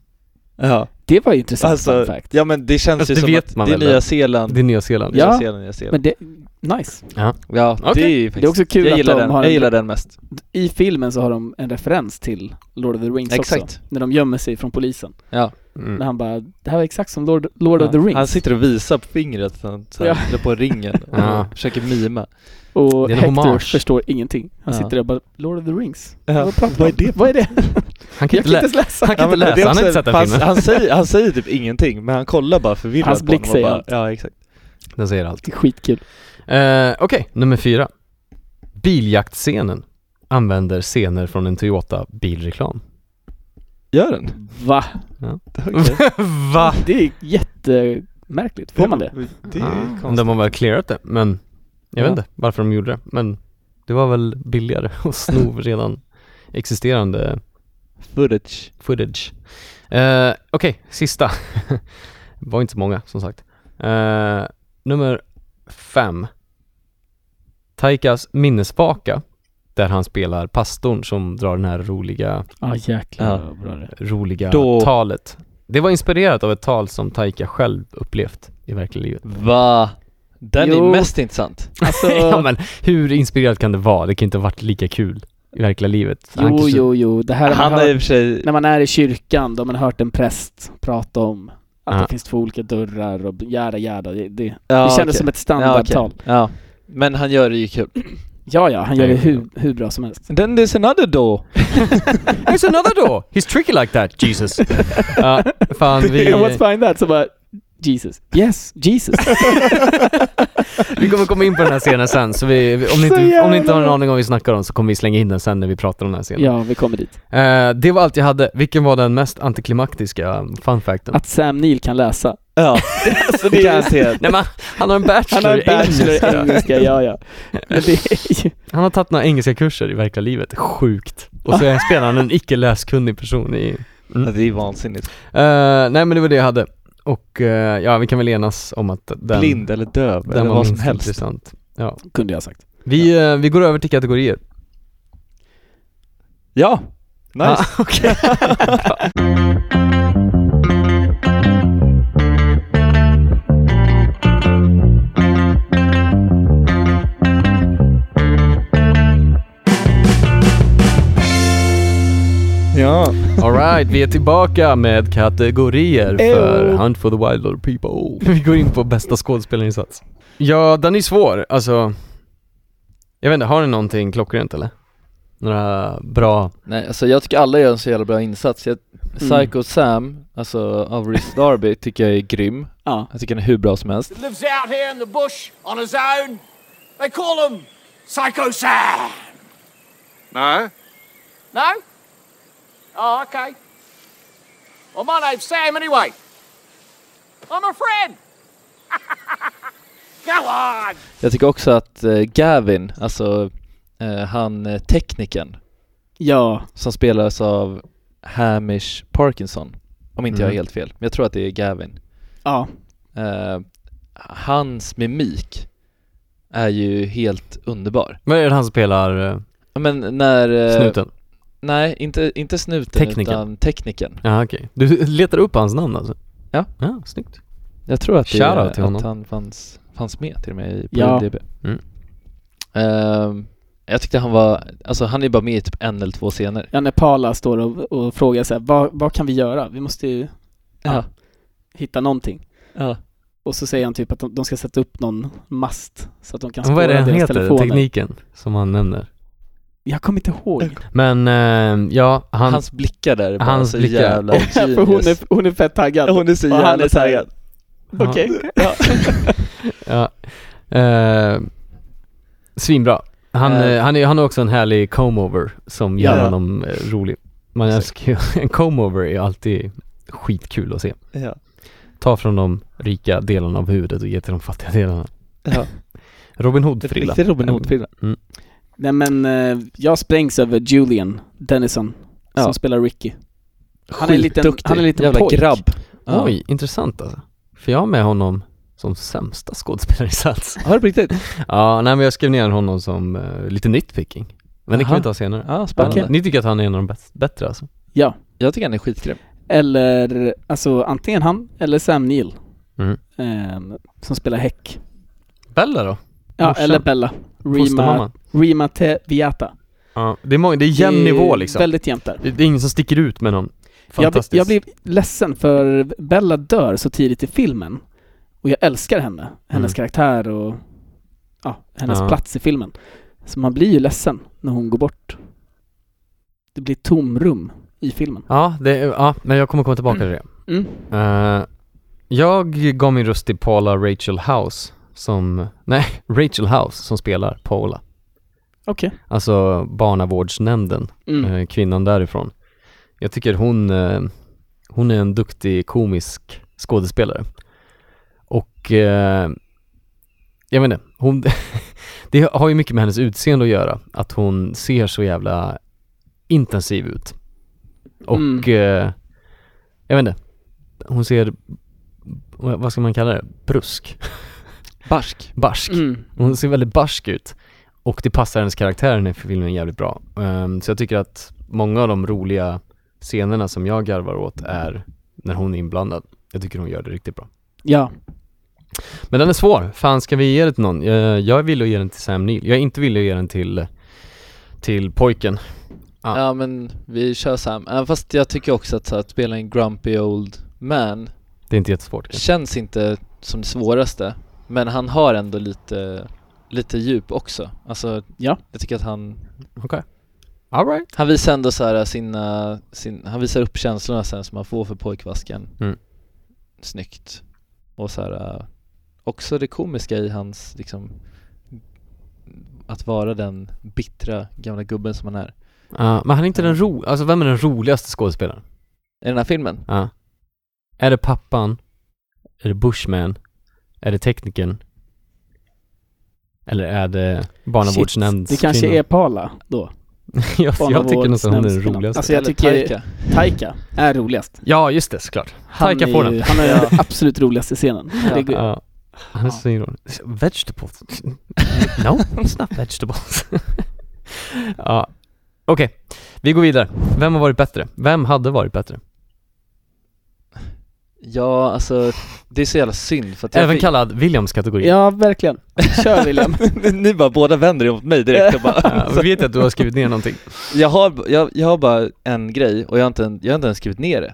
Speaker 8: Ja.
Speaker 9: det var ju intressant
Speaker 8: Alltså,
Speaker 9: fun fact.
Speaker 8: ja men det känns
Speaker 9: Alltså,
Speaker 1: Fast
Speaker 8: ju
Speaker 1: det
Speaker 8: som
Speaker 1: vet
Speaker 8: att
Speaker 1: man
Speaker 8: det är
Speaker 1: väl,
Speaker 8: Nya
Speaker 1: eller?
Speaker 8: Zeeland.
Speaker 1: Det är Nya Zeeland.
Speaker 9: Ja.
Speaker 8: Nya Zeeland, Nya Zeeland.
Speaker 9: Men det, nice.
Speaker 8: Ja, det är
Speaker 1: Okej.
Speaker 8: ju faktiskt...
Speaker 9: Det är också kul
Speaker 8: jag
Speaker 9: att
Speaker 8: gillar
Speaker 9: de
Speaker 8: den.
Speaker 9: har
Speaker 8: Jag
Speaker 9: en-
Speaker 8: gillar den mest.
Speaker 9: I filmen så har de en referens till Lord of the Rings också.
Speaker 8: Exakt.
Speaker 9: När de gömmer sig från polisen. När
Speaker 1: Mm.
Speaker 9: han bara, det här var exakt som Lord, Lord of the
Speaker 8: Ja.
Speaker 9: Rings.
Speaker 8: Han sitter och visar på fingret, att han så här,
Speaker 9: Ja.
Speaker 8: håller på ringen och
Speaker 1: Ja.
Speaker 8: försöker mima.
Speaker 9: och
Speaker 1: Det är en
Speaker 9: Hector
Speaker 1: hommage.
Speaker 9: förstår ingenting. Han
Speaker 8: Ja.
Speaker 9: sitter där och bara, Lord of the Rings.
Speaker 8: Ja.
Speaker 9: Vad, pratar
Speaker 8: Vad är
Speaker 9: de om?
Speaker 8: det för-
Speaker 9: Vad är det?
Speaker 1: Han kan
Speaker 9: Jag
Speaker 1: inte
Speaker 9: kan inte
Speaker 1: läsa.
Speaker 9: ens läsa.
Speaker 1: Han kan inte
Speaker 8: men det är
Speaker 1: läsa, han har
Speaker 8: också-
Speaker 1: inte sett den
Speaker 8: han,
Speaker 1: filmen.
Speaker 8: Han säger, han säger typ ingenting, men han kollar bara förvirrat
Speaker 9: Hans
Speaker 8: på
Speaker 9: blick
Speaker 8: honom och
Speaker 9: säger
Speaker 8: bara,
Speaker 9: allt.
Speaker 8: Ja, exakt.
Speaker 1: Den säger allt.
Speaker 9: Det är skitkul.
Speaker 1: Eh, Okej, nummer fyra. Biljaktscenen använder scener från en Toyota bilreklam.
Speaker 8: Gör den?
Speaker 9: Va?
Speaker 8: Okej. Ah.
Speaker 1: Va?
Speaker 9: Det är jättemärkligt. Får man det?
Speaker 8: Det är ju
Speaker 1: Om de
Speaker 8: konstigt.
Speaker 1: har Ah. väl clearat det, men jag
Speaker 9: Ja.
Speaker 1: vet inte varför de gjorde det. Men det var väl billigare att sno redan existerande
Speaker 8: Footage.
Speaker 1: footage. Eh, Okej, sista. Det var inte så många som sagt. Eh, nummer fem. Taikas minnesvaka, där han spelar pastorn som drar den här roliga,
Speaker 9: Ja, jäklar
Speaker 8: Ja.
Speaker 9: vad bra det är.
Speaker 1: roliga
Speaker 8: Då-
Speaker 1: talet. Det var inspirerat av ett tal som Taika själv upplevt i verkliga livet.
Speaker 8: Va? Den
Speaker 9: Jo.
Speaker 8: är mest intressant.
Speaker 9: Alltså,
Speaker 1: ja men hur inspirerat kan det vara? Det kan inte ha varit lika kul i verkliga livet. Han
Speaker 9: jo,
Speaker 1: kanske-
Speaker 9: jo, jo. Det här har
Speaker 8: Han
Speaker 9: man
Speaker 8: har i
Speaker 9: hört,
Speaker 8: och för sig...
Speaker 9: när man är i kyrkan, då har man hört en präst prata om att
Speaker 1: Ja.
Speaker 9: det finns två olika dörrar och jära, jära. Det, det,
Speaker 8: Ja,
Speaker 9: det kändes
Speaker 8: okej.
Speaker 9: som ett
Speaker 8: Ja, okej.
Speaker 9: standardtal.
Speaker 8: Ja. Men han gör det ju kul.
Speaker 9: Ja, ja, han
Speaker 1: Ja,
Speaker 9: gör det
Speaker 1: ja, ja.
Speaker 9: hur, hur bra som helst.
Speaker 8: Then there's another door.
Speaker 1: There's another door! He's tricky like that, Jesus. Ja, fan vi,
Speaker 9: And what's behind that? Så bara, Jesus. Yes, Jesus.
Speaker 1: vi kommer komma in på den här scenen sen, så vi, vi- om, ni
Speaker 9: Så
Speaker 1: inte, om ni inte har
Speaker 9: jävla-
Speaker 1: någon aning om vad vi snackar om så kommer vi slänga in den sen när vi pratar om den här scenen.
Speaker 9: ja, vi kommer dit.
Speaker 1: Eh, det var allt jag hade. Vilken var den mest antiklimaktiska um, fun facten?
Speaker 9: Att Sam Neill kan läsa.
Speaker 8: Ja,
Speaker 9: Alltså,
Speaker 8: det kan jag
Speaker 1: Nej men han har en bachelor,
Speaker 9: han har en bachelor i
Speaker 1: engelska.
Speaker 9: engelska, ja, ja. Men det är ju...
Speaker 1: Han har tagit några engelska kurser i verkliga livet. Sjukt. Och så är- spelar han en icke läskunnig person i
Speaker 8: Ja, det är vansinnigt.
Speaker 1: Eh, nej men det var det jag hade. Och eh, ja, vi kan väl enas om att den,
Speaker 8: Blind eller döv
Speaker 1: den
Speaker 8: eller
Speaker 1: var
Speaker 8: vad som
Speaker 1: minst
Speaker 8: helst.
Speaker 1: intressant. Ja.
Speaker 9: Kunde jag ha sagt.
Speaker 1: Vi, eh, vi går över till kategorier.
Speaker 8: Ja, nice.
Speaker 1: Ah, okej.
Speaker 8: Ja.
Speaker 1: Alright, vi är tillbaka med kategorier för
Speaker 9: Ew.
Speaker 1: Hunt for the Wilder People. Vi går in på bästa skådespelarinsats. Ja, den är svår. Alltså, Jag vet inte, har ni någonting klockrent eller? Några bra,
Speaker 8: Nej, alltså jag tycker alla gör en så jävla bra insats. Jag, Psycho Sam, alltså av Rhys Darby, tycker jag är grym.
Speaker 9: Ja.
Speaker 8: Jag tycker han är hur bra som helst.
Speaker 10: lives out here in the bush on his own. They call him Psycho Sam. No? No? Oh, okay. Well, my name's Sam anyway. I'm a friend. Go on.
Speaker 8: Jag tycker också att eh, Gavin, alltså eh, han eh, tekniken
Speaker 9: Ja,
Speaker 8: som spelas av Hamish Parkinson, om inte jag
Speaker 1: Mm.
Speaker 8: är helt fel. Men jag tror att det är Gavin.
Speaker 9: ja,
Speaker 8: Eh, hans mimik är ju helt underbar.
Speaker 1: vad är det han spelar eh,
Speaker 8: Ja, Men när... eh,
Speaker 1: snuten?
Speaker 8: Nej, inte, inte snuten
Speaker 1: Tekniken.
Speaker 8: utan tekniken.
Speaker 1: Ja okej, du letar upp hans namn alltså?
Speaker 8: Ja.
Speaker 1: Ja, snyggt
Speaker 8: Jag tror att, det,
Speaker 1: Shoutout
Speaker 8: är-
Speaker 1: till honom.
Speaker 8: att han fanns, fanns med till och med i- på
Speaker 9: Ja.
Speaker 8: IMDB.
Speaker 1: Mm.
Speaker 8: Ehm, jag tyckte han var, alltså han är bara med i typ en eller två scener.
Speaker 9: ja när Pala står och, och frågar så här, vad, vad kan vi göra? Vi måste ju Ja. hitta någonting.
Speaker 8: ja.
Speaker 9: Och så säger han typ att de, de ska sätta upp någon mast så att de kan
Speaker 1: Men Vad
Speaker 9: spåra
Speaker 1: är det
Speaker 9: deras
Speaker 1: han heter,
Speaker 9: telefoner.
Speaker 1: tekniken som han nämner?
Speaker 9: Jag kommer inte ihåg.
Speaker 1: Men eh, ja, han,
Speaker 8: Hans blickar där är bara
Speaker 1: hans
Speaker 8: så
Speaker 1: blickar.
Speaker 8: jävla
Speaker 9: För hon
Speaker 8: genius.
Speaker 9: är, hon är fett taggad.
Speaker 8: hon är så
Speaker 9: Och han
Speaker 8: jävla
Speaker 9: är så här-
Speaker 8: taggad.
Speaker 1: ja,
Speaker 9: Okej.
Speaker 1: ja. Eh, Svinbra han,
Speaker 8: Eh.
Speaker 1: eh, han, är, han har också en härlig comb-over som gör
Speaker 9: Ja.
Speaker 1: honom eh, rolig Man älskar ju, en comb-over är alltid skitkul att se
Speaker 8: Ja.
Speaker 1: Ta från de rika delarna av huvudet och ge till de fattiga delarna
Speaker 8: Ja.
Speaker 1: Robin Hood-frilla
Speaker 8: Riktig Robin Hood-frilla.
Speaker 1: Mm.
Speaker 9: Nej men eh, jag sprängs över Julian Dennison
Speaker 8: Ja.
Speaker 9: som spelar Ricky. Han är en liten-
Speaker 8: Skitduktig.
Speaker 9: han är en liten
Speaker 8: jävla
Speaker 9: pojk.
Speaker 8: grabb. Ja.
Speaker 1: Oj, intressant alltså För jag har med honom som sämsta skådespelarinsats
Speaker 8: Har du på riktigt?
Speaker 1: Ja, nej men jag skrev ner honom som eh, lite nitpicking Men det kan
Speaker 8: Aha.
Speaker 1: vi ta senare
Speaker 8: Ja, spännande.
Speaker 1: Ni tycker att han är en av de bäst- bättre alltså?
Speaker 9: Ja.
Speaker 8: Jag tycker han är skitgrym.
Speaker 9: Eller, alltså antingen han eller Sam Neill.
Speaker 1: Mm.
Speaker 9: Eh, som spelar Häck.
Speaker 1: Bella då?
Speaker 9: Ja,
Speaker 1: Morsan.
Speaker 9: eller Bella. Rima,
Speaker 1: Fostermamman?
Speaker 9: Rima Te Viata.
Speaker 1: Ja, det är, många, det är jämn
Speaker 9: Det är
Speaker 1: nivå liksom
Speaker 9: Väldigt jämnt där.
Speaker 1: Det det är ingen som sticker ut med någon
Speaker 9: Jag, bli-
Speaker 1: Fantastiskt
Speaker 9: jag blev ledsen för Bella dör så tidigt i filmen och jag älskar henne, hennes
Speaker 1: Mm.
Speaker 9: karaktär och ja, hennes
Speaker 1: Ja.
Speaker 9: plats i filmen. Så man blir ju ledsen när hon går bort. Det blir tomrum i filmen.
Speaker 1: Ja, det, är- ja, men jag kommer komma tillbaka till det
Speaker 9: Mm.
Speaker 1: Eh, Jag gav min röst till Paula Rachel House som, nej, Rachel House som spelar Paula
Speaker 9: Okej.
Speaker 1: Alltså barnavårdsnämnden
Speaker 9: Mm.
Speaker 1: eh, kvinnan därifrån. Jag tycker hon, eh, hon är en duktig komisk skådespelare. Och eh, jag vet inte, hon, det har ju mycket med hennes utseende att göra, att hon ser så jävla intensiv ut. Och
Speaker 9: Mm.
Speaker 1: eh, jag vet inte, hon ser, vad ska man kalla det, brusk,
Speaker 8: Barsk.
Speaker 1: barsk.
Speaker 9: Mm.
Speaker 1: Hon ser väldigt barsk ut och det passar hennes karaktär i den här filmen jävligt bra. Ehm, så jag tycker att många av de roliga scenerna som jag garvar åt är när hon är inblandad. Jag tycker hon gör det riktigt bra.
Speaker 9: Ja.
Speaker 1: Men den är svår. Fan, ska vi ge det till någon? Jag, jag vill ge den till Sam Neill. Jag är inte villig att ge den till, till pojken. Ja.
Speaker 8: Ja men vi kör Sam. Även fast jag tycker också att, så här, att spela en grumpy old man
Speaker 1: Det är inte jättesvårt. kanske.
Speaker 8: känns inte som det svåraste. Men han har ändå lite, lite djup också. Alltså
Speaker 9: Ja.
Speaker 8: jag tycker att han,
Speaker 1: All right.
Speaker 8: han visar ändå så här sina, sin, han visar upp känslorna sen som man får för pojkvasken.
Speaker 1: Mm.
Speaker 8: Snyggt. Och så här äh, också det komiska i hans liksom att vara den bittra gamla gubben som han är.
Speaker 1: Ja, men han är inte den ro... Alltså vem är den roligaste skådespelaren?
Speaker 8: I den här filmen?
Speaker 1: Ja. Är det pappan? Är det Bushman? Är det tekniken? Eller är det barnavårdsnämndskvinnan?
Speaker 9: Det kanske är Pala då.
Speaker 1: jag, jag tycker nästan hon är den
Speaker 9: barnavårdsnämndskvinnan.
Speaker 1: roligaste.
Speaker 9: Alltså, jag
Speaker 8: Eller
Speaker 9: tycker-
Speaker 8: Taika.
Speaker 9: Taika är roligast.
Speaker 1: ja, just det, såklart. Taika
Speaker 9: är
Speaker 1: får
Speaker 9: ju-
Speaker 1: den.
Speaker 9: Han är den absolut roligaste scenen.
Speaker 8: Ja.
Speaker 9: Det går,
Speaker 1: Ja. Han är så ironisk. Vegetables? No, it's not vegetables. ja. Okej, vi går vidare. Vem har varit bättre? Vem hade varit bättre?
Speaker 8: Ja, alltså det är så jävla synd för att jag
Speaker 1: Även
Speaker 8: fick-
Speaker 1: kallad Williams kategori.
Speaker 9: ja, verkligen. Kör William.
Speaker 8: Ni bara båda vänder er mot mig direkt jag, bara,
Speaker 1: Ja, vi vet att du har skrivit ner någonting.
Speaker 8: jag, har, jag, jag har bara en grej och jag har inte, en- jag har inte ens skrivit ner det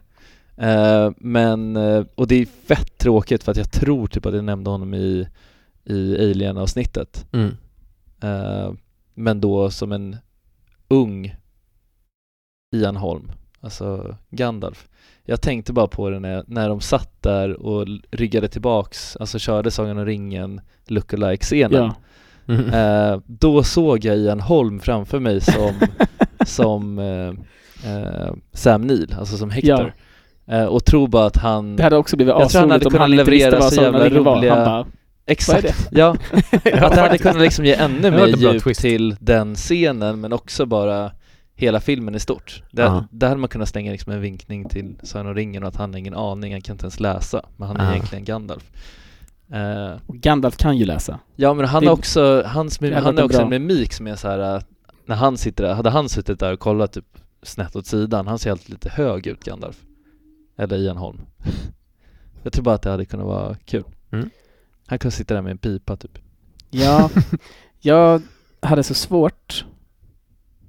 Speaker 8: Eh, Men, eh, och det är fett tråkigt för att jag tror typ att jag nämnde honom i, i Alien-avsnittet
Speaker 1: Mm.
Speaker 8: Eh, Men då som en ung Ian Holm, alltså Gandalf. Jag tänkte bara på det när, när de satt där och l- ryggade tillbaks, alltså körde Sagan om ringen lookalike-scenen.
Speaker 9: Ja.
Speaker 1: Mm.
Speaker 8: Eh, då såg jag Ian Holm framför mig som, som eh, eh, Sam Neill, alltså som Hector. Eh, och tror bara att han,
Speaker 9: Det hade också blivit
Speaker 8: Jag tror han hade
Speaker 9: asroligt om
Speaker 8: kunnat
Speaker 9: han inte
Speaker 8: leverera
Speaker 9: visste vad
Speaker 8: så
Speaker 9: Sagan om
Speaker 8: jävla
Speaker 9: ringen var.
Speaker 8: roliga-
Speaker 9: Han bara, vad är det?
Speaker 8: exakt, ja, att det hade kunnat liksom ge ännu
Speaker 1: Det var
Speaker 8: mer
Speaker 1: en bra
Speaker 8: djup
Speaker 1: twist.
Speaker 8: till den scenen men också bara hela filmen i stort. Där,
Speaker 1: Ja.
Speaker 8: där hade man kunnat slänga liksom en vinkning till Sagan om ringen och att han har ingen aning, han kan inte ens läsa, men han är
Speaker 1: Ja.
Speaker 8: egentligen Gandalf. Eh,
Speaker 9: Och Gandalf kan ju läsa.
Speaker 8: Ja men han
Speaker 9: Det-
Speaker 8: har också, hans, mim-
Speaker 9: Det hade
Speaker 8: han
Speaker 9: varit
Speaker 8: har också
Speaker 9: bra.
Speaker 8: en mimik som är så här äh, när han sitter där, hade han suttit där och kollat typ snett åt sidan, han ser alltid lite hög ut Gandalf. Eller Ian Holm. Jag tror bara att det hade kunnat vara kul.
Speaker 1: Mm.
Speaker 8: Han kunde sitta där med en pipa typ.
Speaker 9: Ja, jag hade så svårt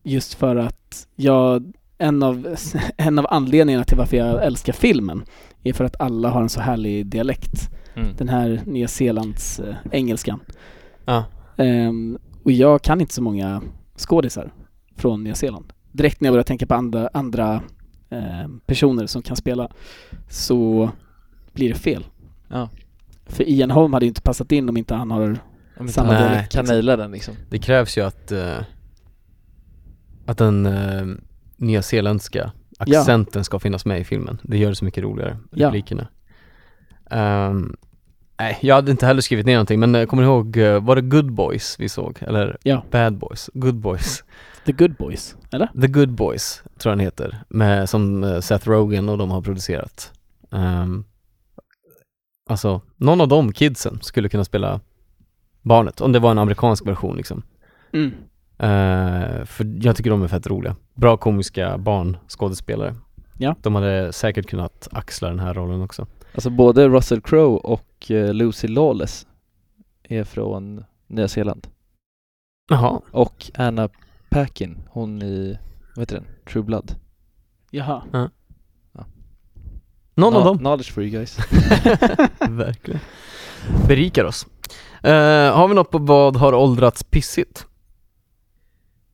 Speaker 9: just för att jag, en av, en av anledningarna till varför jag älskar filmen är för att alla har en så härlig dialekt.
Speaker 8: Mm.
Speaker 9: Den här Nya Zeelands eh, engelskan.
Speaker 1: Ja.
Speaker 9: Ehm, och jag kan inte så många skådisar från Nya Zeeland. Direkt när jag börjar tänka på andra, andra ehm, personer som kan spela så blir det fel.
Speaker 8: Ja.
Speaker 9: För Ian Holm hade ju inte passat in om inte han har
Speaker 8: Om inte
Speaker 9: Samma
Speaker 8: han
Speaker 1: dialekt,
Speaker 8: kan naila den liksom.
Speaker 1: Det krävs ju att, eh, att den eh, nyzeeländska
Speaker 9: Ja.
Speaker 1: accenten ska finnas med i filmen. Det gör det så mycket roligare,
Speaker 9: Ja.
Speaker 1: replikerna. Ehm, nej, jag hade inte heller skrivit ner någonting, men eh, kommer ni ihåg, eh, var det Good Boys vi såg? Eller
Speaker 9: Ja.
Speaker 1: Bad Boys? Good Boys?
Speaker 9: The Good Boys, eller?
Speaker 1: The Good Boys, tror jag den heter, med, som eh, Seth Rogen och de har producerat. Ehm, alltså, någon av de kidsen skulle kunna spela barnet, om det var en amerikansk version liksom.
Speaker 9: Mm.
Speaker 1: Eh, för jag tycker de är fett roliga. Bra komiska barnskådespelare.
Speaker 9: Ja.
Speaker 1: De hade säkert kunnat axla den här rollen också.
Speaker 8: Alltså både Russell Crowe och eh, Lucy Lawless är från Nya Zeeland.
Speaker 1: Jaha.
Speaker 8: Och Anna Paquin, hon i, vad heter den? True Blood.
Speaker 9: Jaha.
Speaker 1: Någon av
Speaker 8: Kno-
Speaker 1: dem.
Speaker 8: Knowledge for you guys.
Speaker 1: Verkligen. Berikar oss. Eh, har vi något på vad har åldrats pissigt?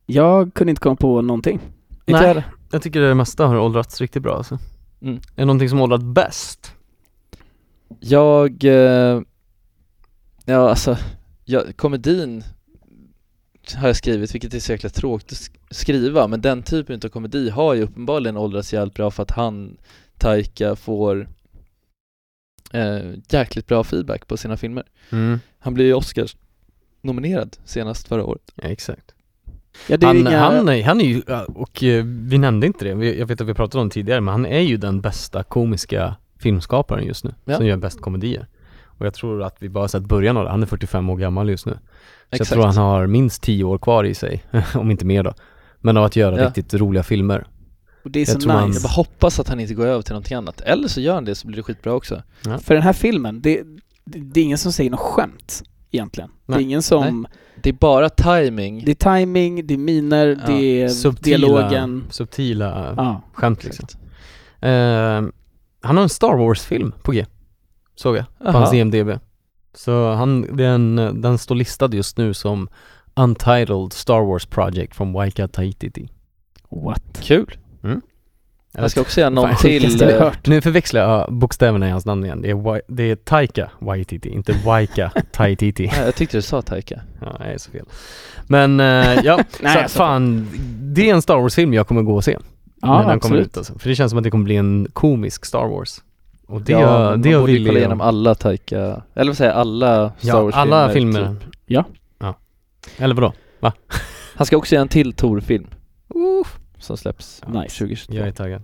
Speaker 9: Jag kunde inte komma på någonting.
Speaker 8: Inte
Speaker 1: Nej.
Speaker 8: jag heller.
Speaker 1: Jag tycker det mesta har åldrats riktigt bra alltså.
Speaker 8: Mm.
Speaker 1: Är det någonting som åldrats bäst?
Speaker 8: Jag, eh, ja alltså, jag, komedin har jag skrivit, vilket är så jäkla tråkigt att sk- skriva, men den typen av komedi har ju uppenbarligen åldrats jävligt bra för att han, Taika, får eh, jäkligt bra feedback på sina filmer.
Speaker 1: Mm.
Speaker 8: Han blev ju Oscars nominerad senast förra året.
Speaker 1: Ja, exakt.
Speaker 9: Ja, det är
Speaker 1: Han,
Speaker 9: inga...
Speaker 1: han, är, han är ju, och eh, vi nämnde inte det, Vi- jag vet att vi pratade om det tidigare, men han är ju den bästa komiska filmskaparen just nu,
Speaker 8: Ja.
Speaker 1: som gör bäst komedier. Och jag tror att vi bara har sett början av det, han är 45 år gammal just nu. Så jag
Speaker 8: Exakt.
Speaker 1: tror han har minst 10 år kvar i sig, om inte mer då. Men av att göra
Speaker 8: Ja.
Speaker 1: riktigt roliga filmer.
Speaker 9: och det är
Speaker 1: jag
Speaker 9: så
Speaker 1: tror han-
Speaker 9: nice.
Speaker 8: Jag bara hoppas att han inte går över till någonting annat, eller så gör han det så blir det skitbra också.
Speaker 9: För den här filmen, det, det, det är ingen som säger något skämt egentligen. Det
Speaker 1: Nej.
Speaker 9: är ingen som...
Speaker 8: Det är bara timing.
Speaker 9: Det är timing, det är miner,
Speaker 8: Ja.
Speaker 9: det är
Speaker 1: Subtila,
Speaker 9: Eh, dialogen.
Speaker 1: subtila
Speaker 9: Ja.
Speaker 1: skämt liksom. Eh, han har en Star Wars-film på G, såg jag, på
Speaker 8: Aha.
Speaker 1: hans E IMDB. Så han, den, den står listad just nu som Untitled Star Wars Project från Waika Taititi.
Speaker 9: What?
Speaker 8: Kul.
Speaker 1: Mm.
Speaker 8: Jag ska också göra någon
Speaker 9: Fan,
Speaker 8: till.
Speaker 9: sjukaste jag
Speaker 8: eh,
Speaker 9: hört.
Speaker 1: Nu förväxlar jag bokstäverna i hans namn igen. Det är, Wai- det är Taika Waititi, inte Waika Taititi.
Speaker 8: Nej, jag tyckte du sa Taika.
Speaker 1: Ja, det är så fel. Men eh, ja,
Speaker 9: Nej,
Speaker 1: så att
Speaker 9: alltså.
Speaker 1: fan, det är en Star Wars-film jag kommer gå och se när
Speaker 9: Ja,
Speaker 1: den kommer
Speaker 9: absolut.
Speaker 1: ut alltså. För det känns som att det kommer bli en komisk Star Wars. Och det
Speaker 8: ja,
Speaker 1: gör, det
Speaker 8: man
Speaker 1: gör
Speaker 8: borde ju
Speaker 1: Willy
Speaker 8: kolla
Speaker 1: och-
Speaker 8: igenom alla Taika, eller vad säger jag, alla Star
Speaker 1: Ja,
Speaker 8: Wars
Speaker 1: alla
Speaker 8: filmer.
Speaker 1: filmer.
Speaker 8: typ.
Speaker 9: Ja.
Speaker 1: ja. Eller vadå?
Speaker 8: Han ska också göra en till Tor-film som släpps
Speaker 9: Ja. Nice.
Speaker 8: 2022.
Speaker 1: Jag är taggad.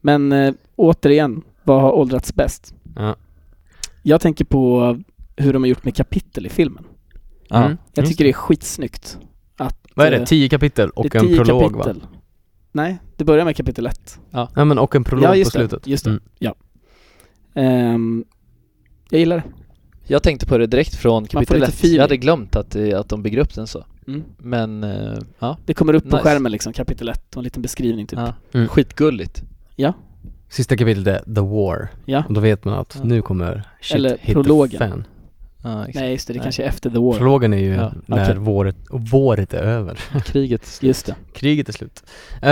Speaker 9: Men eh, återigen, vad har åldrats bäst?
Speaker 1: Ja.
Speaker 9: Jag tänker på hur de har gjort med kapitel i filmen.
Speaker 8: Ja.
Speaker 1: Mm.
Speaker 9: Jag
Speaker 1: Just
Speaker 9: tycker det är skitsnyggt. Att,
Speaker 1: Vad är
Speaker 9: eh,
Speaker 1: det? Tio kapitel och
Speaker 9: det är
Speaker 1: en
Speaker 9: tio
Speaker 1: prolog va?
Speaker 9: kapitel. Nej, det börjar med kapitel ett.
Speaker 1: Ja men och en prolog
Speaker 9: Ja, just
Speaker 1: på
Speaker 9: det,
Speaker 1: slutet.
Speaker 9: just det.
Speaker 1: Mm.
Speaker 9: Ehm, jag gillar det.
Speaker 8: Jag tänkte på det direkt från
Speaker 9: får
Speaker 8: kapitel
Speaker 9: lite
Speaker 8: 1.
Speaker 9: feeling.
Speaker 8: Jag hade glömt att, det- att de bygger upp den så.
Speaker 9: Mm.
Speaker 8: Men, eh, ja.
Speaker 9: Det kommer upp på
Speaker 8: Nice.
Speaker 9: skärmen liksom, kapitel 1 och en liten beskrivning typ.
Speaker 8: ja.
Speaker 1: Mm.
Speaker 8: Skitgulligt.
Speaker 1: Sista kapitlet är The War.
Speaker 9: Ja.
Speaker 1: Och då vet man att
Speaker 8: Ja.
Speaker 1: nu kommer shit
Speaker 9: Eller
Speaker 1: hit
Speaker 9: prologen.
Speaker 1: the fan.
Speaker 8: Ah, exakt.
Speaker 9: Nej just det, det
Speaker 8: Nej.
Speaker 9: kanske är efter the war.
Speaker 1: Frågan är ju
Speaker 8: Ja,
Speaker 1: när
Speaker 9: okej.
Speaker 1: våret, våret är över.
Speaker 8: Kriget.
Speaker 9: Just det.
Speaker 1: Kriget är slut. Eh,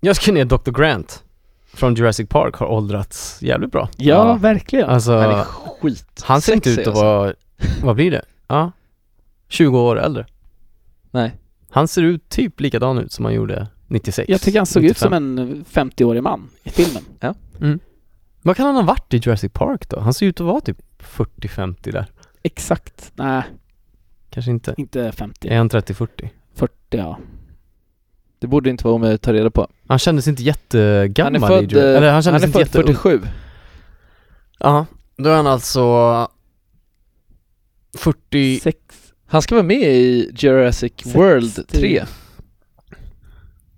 Speaker 1: jag skrev ner Dr. Grant från Jurassic Park har åldrats jävligt bra.
Speaker 9: Ja,
Speaker 8: Ja.
Speaker 9: verkligen.
Speaker 8: Han är
Speaker 1: Alltså,
Speaker 8: skit. alltså.
Speaker 1: han ser inte ut att vara, vad blir det? Ja, 20 år äldre.
Speaker 8: Nej.
Speaker 1: Han ser ut typ likadan ut som han gjorde 96.
Speaker 9: jag tycker han såg ut som en 50-årig man i filmen.
Speaker 1: Vad kan han ha varit i Jurassic Park då? Han ser ut att vara typ 40-50 där.
Speaker 9: Exakt. Nej,
Speaker 1: Kanske inte.
Speaker 9: inte 50.
Speaker 1: Är han 30-40?
Speaker 9: 40 ja.
Speaker 8: Det borde inte vara omöjligt att ta reda på.
Speaker 1: Han kändes inte
Speaker 8: Han är
Speaker 1: jättegammal
Speaker 8: född,
Speaker 1: i Jurassic
Speaker 8: eh,
Speaker 1: Eller han
Speaker 8: han
Speaker 1: kändes
Speaker 8: är
Speaker 1: inte
Speaker 8: född
Speaker 1: jätteung.
Speaker 8: 47.
Speaker 1: Ja, då är han alltså 40...
Speaker 9: Sex.
Speaker 8: Han ska vara med i Jurassic
Speaker 9: 60.
Speaker 8: World 3.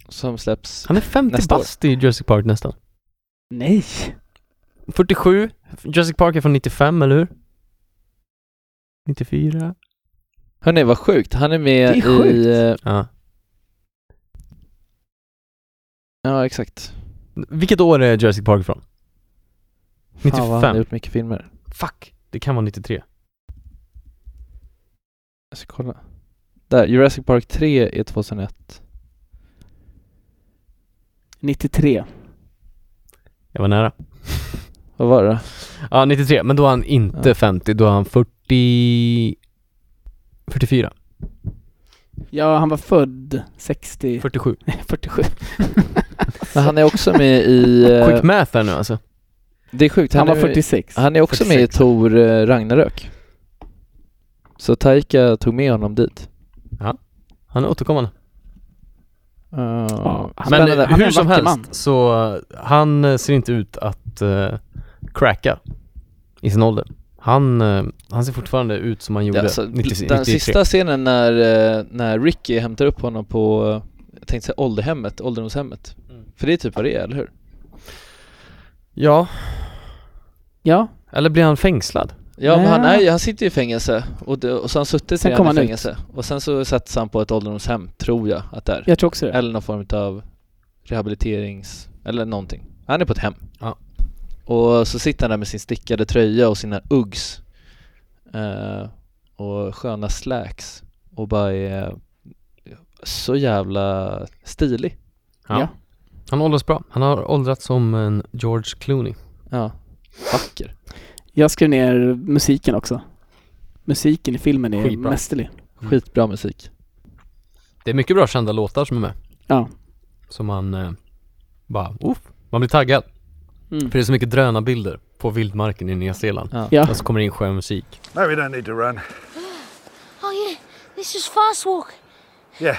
Speaker 8: Som släpps.
Speaker 1: Han är 50
Speaker 8: Nästa år.
Speaker 1: bast i Jurassic Park nästan.
Speaker 9: Nej.
Speaker 1: 47. Jurassic Park är från 95, eller hur? 94?
Speaker 8: Hörni, vad sjukt. Han är med
Speaker 9: Det är sjukt.
Speaker 8: i... eh,
Speaker 1: Ja.
Speaker 8: Ja, exakt.
Speaker 1: Vilket år är Jurassic Park från?
Speaker 8: Fan vad han
Speaker 1: 95.
Speaker 8: har gjort mycket filmer.
Speaker 1: Fuck! Det kan vara 93.
Speaker 8: Jag ska kolla. Där, Jurassic Park 3 är 2001.
Speaker 9: 93.
Speaker 1: Jag var nära.
Speaker 8: Vad var det?
Speaker 1: Ja, 93. Men då är han inte
Speaker 8: Ja.
Speaker 1: 50, då är han 40... 44.
Speaker 9: Ja, han var född 60...
Speaker 1: 47.
Speaker 9: 47.
Speaker 8: Men han är också med i... eh,
Speaker 1: Quick math här nu alltså.
Speaker 8: Det är sjukt.
Speaker 9: Han var
Speaker 8: är-
Speaker 9: 46.
Speaker 8: Han är också med i
Speaker 1: 46.
Speaker 8: Tor eh, Ragnarök. Så Taika tog med honom dit.
Speaker 1: Han är återkommande.
Speaker 8: Uh,
Speaker 9: han-
Speaker 1: Men
Speaker 9: Spännande.
Speaker 1: eh,
Speaker 9: Han är
Speaker 1: hur
Speaker 9: en
Speaker 1: som
Speaker 9: vacker
Speaker 1: helst,
Speaker 9: man.
Speaker 1: så eh, han eh, ser inte ut att eh, cracka i sin ålder. Han, eh, han ser fortfarande ut som han gjorde
Speaker 8: alltså,
Speaker 1: 90,
Speaker 8: den
Speaker 1: 93.
Speaker 8: sista scenen när, eh, när Ricky hämtar upp honom på, eh, jag tänkte säga ålderhemmet, ålderdomshemmet. För det är typ vad det är, eller hur?
Speaker 1: Ja,
Speaker 9: Ja,
Speaker 1: eller blir han fängslad?
Speaker 8: Ja, men
Speaker 9: Nej.
Speaker 8: han, är, ju- han sitter ju i fängelse och, det, och så har han suttit
Speaker 9: Sen
Speaker 8: i
Speaker 9: kom
Speaker 8: han
Speaker 9: han
Speaker 8: i
Speaker 9: ut.
Speaker 8: fängelse. Och sen så sattes han på ett ålderdomshem, tror jag att det är.
Speaker 9: jag tror också det.
Speaker 8: Eller någon form av rehabiliterings... Eller någonting. Han är på ett hem.
Speaker 1: Ja.
Speaker 8: Och så sitter han där med sin stickade tröja och sina Uggs. Eh, och sköna slacks. Och bara är så jävla stilig.
Speaker 1: Ja.
Speaker 9: Ja.
Speaker 1: Han åldras bra. Han har åldrats som en George Clooney.
Speaker 8: Ja. Vacker.
Speaker 9: Jag skrev ner musiken också. Musiken i filmen är
Speaker 1: Skitbra.
Speaker 9: mästerlig.
Speaker 8: Skitbra musik.
Speaker 1: Det är mycket bra kända låtar som är med.
Speaker 9: Ja.
Speaker 1: Som man eh, bara, uff, man blir taggad.
Speaker 9: Mm.
Speaker 1: För det är så mycket drönarbilder på vildmarken i Nya Zeeland.
Speaker 8: Ja.
Speaker 9: Ja.
Speaker 1: Och så kommer det in skön musik.
Speaker 7: No, we don't need to run.
Speaker 6: Oh yeah, this is fast walk.
Speaker 7: Yeah.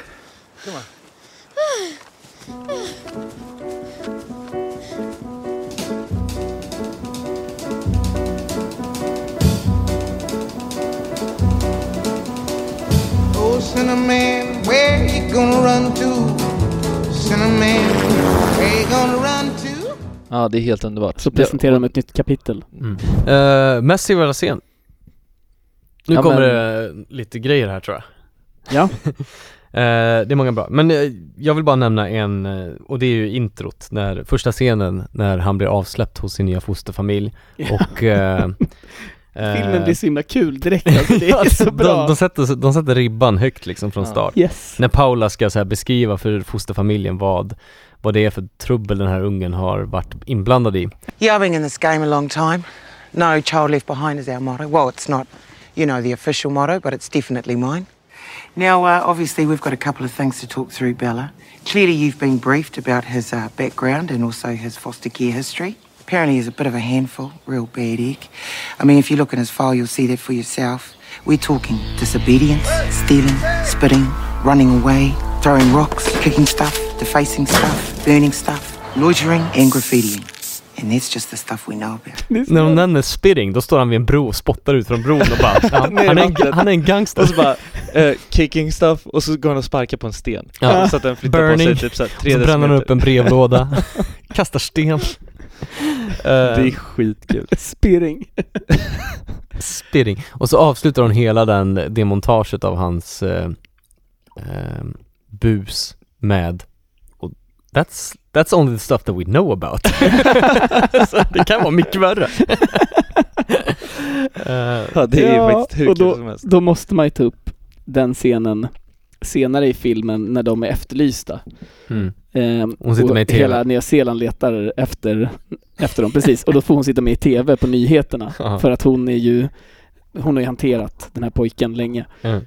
Speaker 2: Oh, Cinnamon, where you gonna run to? Cinnamon, where you gonna run to?
Speaker 8: Ja, det är helt underbart.
Speaker 9: Så presenterar de ett nytt kapitel.
Speaker 1: Uh, Messi var sen. Nu
Speaker 9: Ja,
Speaker 1: kommer
Speaker 9: men-
Speaker 1: det lite grejer här tror jag.
Speaker 9: Ja.
Speaker 1: Eh, det är många bra, men eh, jag vill bara nämna en, eh, och det är ju introt, när, första scenen när han blir avsläppt hos sin nya fosterfamilj och... eh, eh,
Speaker 9: Filmen blir så himla kul direkt alltså. Det är
Speaker 1: alltså,
Speaker 9: så
Speaker 1: De,
Speaker 9: bra.
Speaker 1: de, sätter, de sätter ribban högt liksom från
Speaker 8: Ja.
Speaker 1: start.
Speaker 9: Yes.
Speaker 1: När Paula ska så här beskriva för fosterfamiljen vad, vad det är för trubbel den här ungen har varit inblandad i.
Speaker 3: Yeah, I've been in this game a long time. No child left behind is our motto. Well, it's not, you know, the official motto, but it's definitely mine.
Speaker 2: Now, uh, obviously, we've got a couple of things to talk through, Bella. Clearly, you've been briefed about his uh, background and also his foster care history. Apparently, he's a bit of a handful, real bad egg. I mean, if you look in his file, you'll see that for yourself. We're talking disobedience, stealing, spitting, running away, throwing rocks, kicking stuff, defacing stuff, burning stuff, loitering, and graffitiing. And that's just the stuff we know about.
Speaker 1: När de nämner spitting, då står han vid en bro och spottar ut från bron och bara ja, han,
Speaker 8: Ner i
Speaker 1: är en,
Speaker 8: vattnet.
Speaker 1: han är en gangster
Speaker 8: Och så bara, eh, kicking stuff och så går han och sparkar på en sten.
Speaker 1: Ja.
Speaker 8: Så att den flyttar
Speaker 1: Burning.
Speaker 8: på sig typ såhär
Speaker 1: Och
Speaker 8: 3
Speaker 1: så bränner han upp en brevlåda, kastar sten
Speaker 8: Det är
Speaker 1: uh,
Speaker 8: skitkul.
Speaker 9: Spirring.
Speaker 1: Spitting Och så avslutar hon hela den, det montaget av hans eh, eh, bus med och that's, that's only the stuff that we know about Så det kan vara mycket värre Eh,
Speaker 8: Ja, det är
Speaker 9: Ja,
Speaker 8: faktiskt hur
Speaker 9: och
Speaker 8: kul
Speaker 9: då,
Speaker 8: som helst.
Speaker 9: då måste man ju ta upp den scenen senare i filmen när de är efterlysta.
Speaker 1: Mm.
Speaker 9: Ehm,
Speaker 1: Hon sitter
Speaker 9: och
Speaker 1: med i TV.
Speaker 9: Hela Nya Zeeland letar efter, efter dem, precis. Och då får hon sitta med i TV på nyheterna.
Speaker 1: Ja.
Speaker 9: För att hon är ju, hon har ju hanterat den här pojken länge.
Speaker 1: Mm.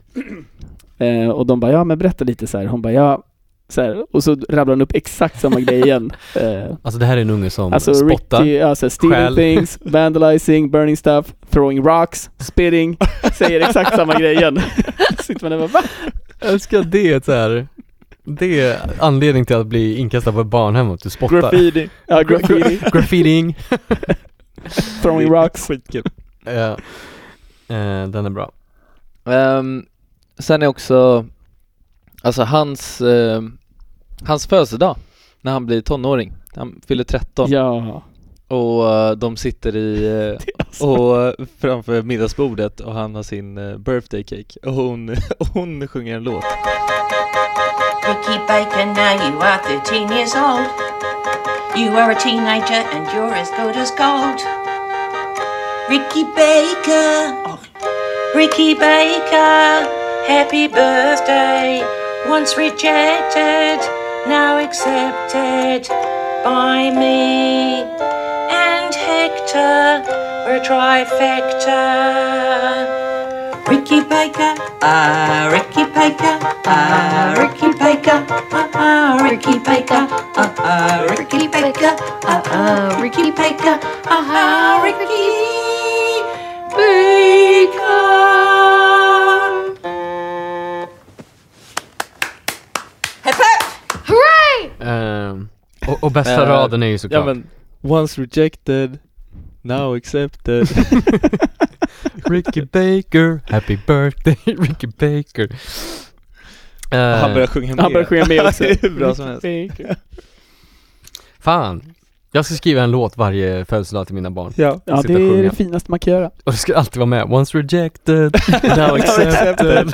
Speaker 9: Ehm, och de bara, ja men berätta lite så här. Hon bara, ja. Så här, och så rabblar hon upp exakt samma grej igen. Ehm,
Speaker 1: Alltså det här är en unge som
Speaker 9: alltså
Speaker 1: spottar.
Speaker 9: Ricky, alltså stealing
Speaker 1: stjäl.
Speaker 9: things, vandalizing, burning stuff, throwing rocks, spitting. Säger exakt samma grej igen. Sitter man där och bara, va?
Speaker 1: Jag älskar det så här. Det är anledning till att bli inkastad på ett barnhem och att du spottar.
Speaker 9: Graffiti. Ja, graffiti.
Speaker 1: Graffiting.
Speaker 9: throwing rocks.
Speaker 8: Skitkul.
Speaker 1: Eh, eh, den är bra.
Speaker 8: Ehm, sen är också, alltså hans, ehm, hans födelsedag när han blir tonåring. Han fyller 13
Speaker 9: Ja.
Speaker 8: och eh, de sitter i, eh,
Speaker 9: Alltså,
Speaker 8: och eh, framför middagsbordet och han har sin eh, birthday cake och hon, och hon sjunger en låt.
Speaker 5: Ricky Baker, now you are 13 years old. You are a teenager and you're as good as gold. Ricky Baker, oh, Ricky Baker, happy birthday. Once rejected, now accepted by me and Hector. We're a trifecta. Ricky Baker, ah, Ricky Baker, ah, Ricky Baker, ah, ah, Ricky Baker, ah, ah, Ricky Baker, ah, ah, Ricky Baker, ah, ah, Ricky Baker. Hip hip!
Speaker 1: Eh, och, och bästa
Speaker 8: Eh,
Speaker 1: raden är ju såklart.
Speaker 8: Ja men, once rejected, now accepted.
Speaker 1: Ricky Baker, happy birthday Ricky Baker.
Speaker 8: Och han
Speaker 1: Eh,
Speaker 8: börjar sjunga med.
Speaker 9: Han börjar sjunga med också.
Speaker 8: det är hur bra som helst.
Speaker 1: Fan, jag ska skriva en låt varje födelsedag till mina barn.
Speaker 8: Ja.
Speaker 9: Ja,
Speaker 1: Sitta
Speaker 9: det
Speaker 1: och
Speaker 9: är
Speaker 1: sjunga.
Speaker 9: det finaste man kan göra.
Speaker 1: Och det ska alltid vara med. Once rejected, now accepted.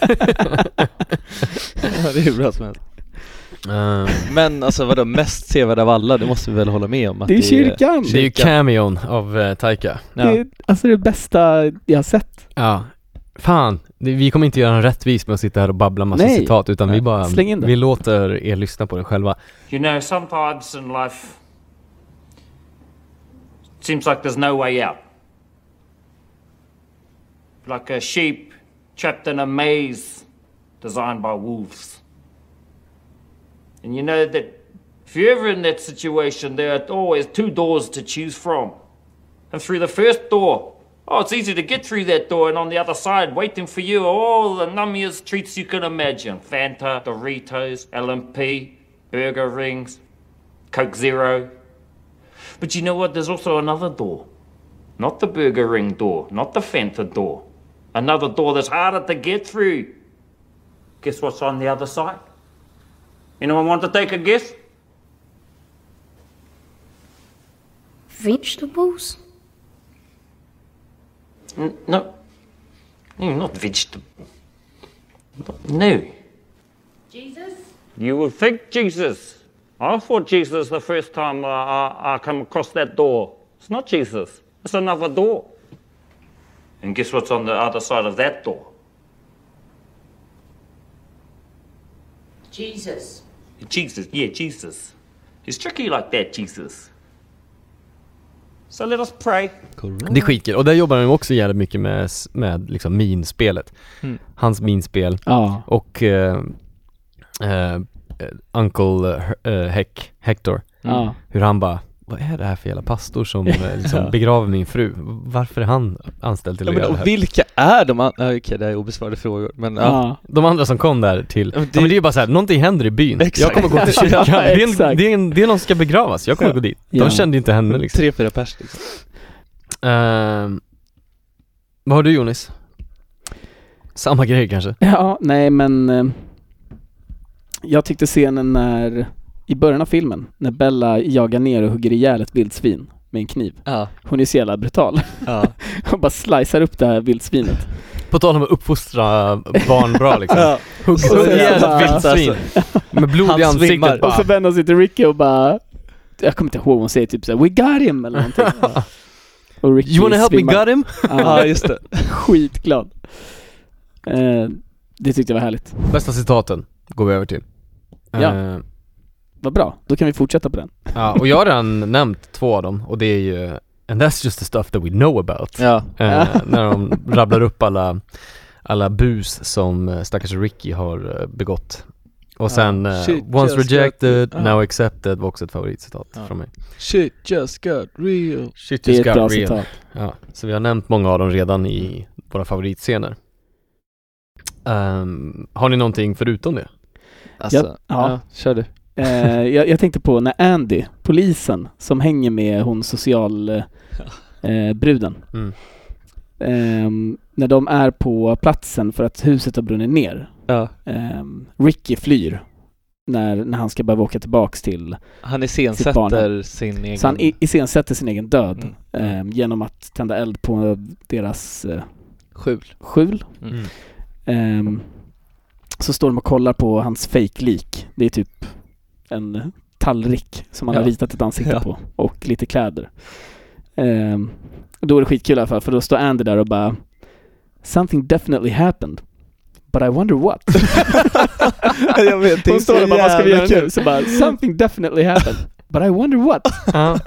Speaker 8: ja, det är hur bra som helst.
Speaker 1: Eh,
Speaker 8: Men alltså vadå, mest sevärd av alla, det måste vi väl hålla med om att
Speaker 9: Det är kyrkan.
Speaker 1: det är ju cameon av eh, Taika.
Speaker 9: Det är alltså det bästa jag har sett.
Speaker 1: Ja. Fan, det- vi kommer inte göra en rättvis med att sitta här och babbla massa
Speaker 9: Nej.
Speaker 1: citat utan
Speaker 8: Nej.
Speaker 1: vi bara,
Speaker 9: Släng in det.
Speaker 1: vi låter er lyssna på det själva.
Speaker 10: You know, sometimes in life, it seems like there's no way out. Like a sheep trapped in a maze designed by wolves. And you know that if you're ever in that situation, there are always two doors to choose from. And through the first door, oh, it's easy to get through that door, and on the other side, waiting for you, oh, are all the nummiest treats you can imagine Fanta, Doritos, LMP, burger rings, Coke Zero. But you know what? There's also another door. Not the burger ring door, not the Fanta door. Another door that's harder to get through. Guess what's on the other side? Anyone want to take a guess?
Speaker 6: Vegetables?
Speaker 10: N- No. No, not vegetable. No. Jesus? You would think Jesus. I thought Jesus the first time I, I, I come across that door. It's not Jesus. It's another door. And guess what's on the other side of that door?
Speaker 5: Jesus.
Speaker 10: Jesus. Yeah, Jesus. He's tricky like that, Jesus. So let us pray.
Speaker 9: Mm.
Speaker 1: Det är skitkul, och där jobbar de också jävligt mycket med, s- med liksom minspelet. Hans minspel
Speaker 9: Ja.
Speaker 1: och eh, eh, Uncle eh, Heck, Hector.
Speaker 8: Mm. ah,
Speaker 9: Ja.
Speaker 1: Hur han bara, vad är det här för jävla pastor som eh, liksom begraver min fru? Varför är han anställd till
Speaker 8: Ja,
Speaker 1: att
Speaker 8: men,
Speaker 1: göra det
Speaker 8: och
Speaker 1: här?
Speaker 8: vilka är de andra? Okej, det här är obesvarade frågor, men ja.
Speaker 9: Ja.
Speaker 1: De andra som kom där till, ja,
Speaker 8: Ja, men
Speaker 1: men
Speaker 8: det-
Speaker 1: det, är ju bara såhär, någonting händer i byn.
Speaker 8: Exakt.
Speaker 1: Jag kommer gå till kyrkan.
Speaker 9: Ja,
Speaker 1: det, är en,
Speaker 9: exakt.
Speaker 1: det, är en, det är någon som ska begravas, jag kommer gå dit. De
Speaker 9: Ja.
Speaker 1: kände ju inte henne liksom.
Speaker 8: Tre, fyra pers liksom.
Speaker 1: Ehm, vad har du Jonis? Samma grej kanske?
Speaker 9: Ja, nej men eh, jag tyckte scenen när, i början av filmen, när Bella jagar ner och hugger ihjäl ett vildsvin med en kniv.
Speaker 8: Ja,
Speaker 9: Hon är så jävla brutal.
Speaker 8: ja.
Speaker 9: Hon bara slicear upp det här vildsvinet.
Speaker 1: På tal om att uppfostra barn bra liksom. Hugg
Speaker 9: så
Speaker 1: hugg ihjäl
Speaker 9: jävla-
Speaker 1: ett vildsvin. Med blod i
Speaker 8: Han svimmar.
Speaker 1: ansiktet
Speaker 9: Och så
Speaker 1: bara.
Speaker 9: vänder hon sig till Ricky och bara, jag kommer inte ihåg, hon säger typ såhär 'We got him' eller någonting. Och Ricky
Speaker 1: You wanna help me
Speaker 9: svimmar.
Speaker 1: gut him? Ja, just det.
Speaker 9: Skitglad. Eh, det tyckte jag var härligt.
Speaker 1: Bästa citaten går vi över till.
Speaker 9: Ja.
Speaker 1: Eh,
Speaker 9: Vad bra, då kan vi fortsätta på den.
Speaker 1: ja, och jag har redan nämnt två av dem och det är ju And that's just the stuff that we know about.
Speaker 8: Ja.
Speaker 1: Eh,
Speaker 9: Ja.
Speaker 1: när de rabblar upp alla, alla bus som eh, stackars Ricky har eh, begått. Och sen eh,
Speaker 8: Shit,
Speaker 1: Once
Speaker 8: just got
Speaker 1: rejected,
Speaker 8: it. Ja.
Speaker 1: now accepted var också ett favoritcitat
Speaker 8: Ja.
Speaker 1: från mig.
Speaker 8: Shit just got real.
Speaker 1: Shit
Speaker 9: Det är ett bra citat.
Speaker 1: Ja, så vi har nämnt många av dem redan
Speaker 8: Mm.
Speaker 1: i våra favoritscener. Ehm, har ni någonting förutom det?
Speaker 8: Alltså,
Speaker 9: ja.
Speaker 8: ja. kör du.
Speaker 9: Eh, jag, jag tänkte på när Andy, polisen, som hänger med hon socialbruden. Eh, bruden.
Speaker 1: Mm.
Speaker 9: Ehm, när de är på platsen för att huset har brunnit ner.
Speaker 8: Ja.
Speaker 9: Ehm, Ricky flyr när, när han ska behöva åka tillbaks till...
Speaker 8: Han
Speaker 9: Sitt
Speaker 8: iscensätter
Speaker 9: barn.
Speaker 8: sin egen...
Speaker 9: Så han i- iscensätter sin egen död
Speaker 8: Mm.
Speaker 9: ehm, genom att tända eld på deras eh,
Speaker 8: Skjul.
Speaker 9: skjul.
Speaker 1: Mm.
Speaker 9: Ehm, så står de och kollar på hans fejklik. Det är typ en tallrik som han
Speaker 8: Ja.
Speaker 9: har ritat ett ansikte
Speaker 8: Ja.
Speaker 9: på och lite kläder. Ehm, då är det skitkul i alla fall för då står Andy där och bara Something definitely happened. But I wonder what.
Speaker 8: jag vet,
Speaker 9: Hon står där och bara, vad ska vi göra nu? Så bara, something definitely happened. But I wonder what.
Speaker 1: Ja.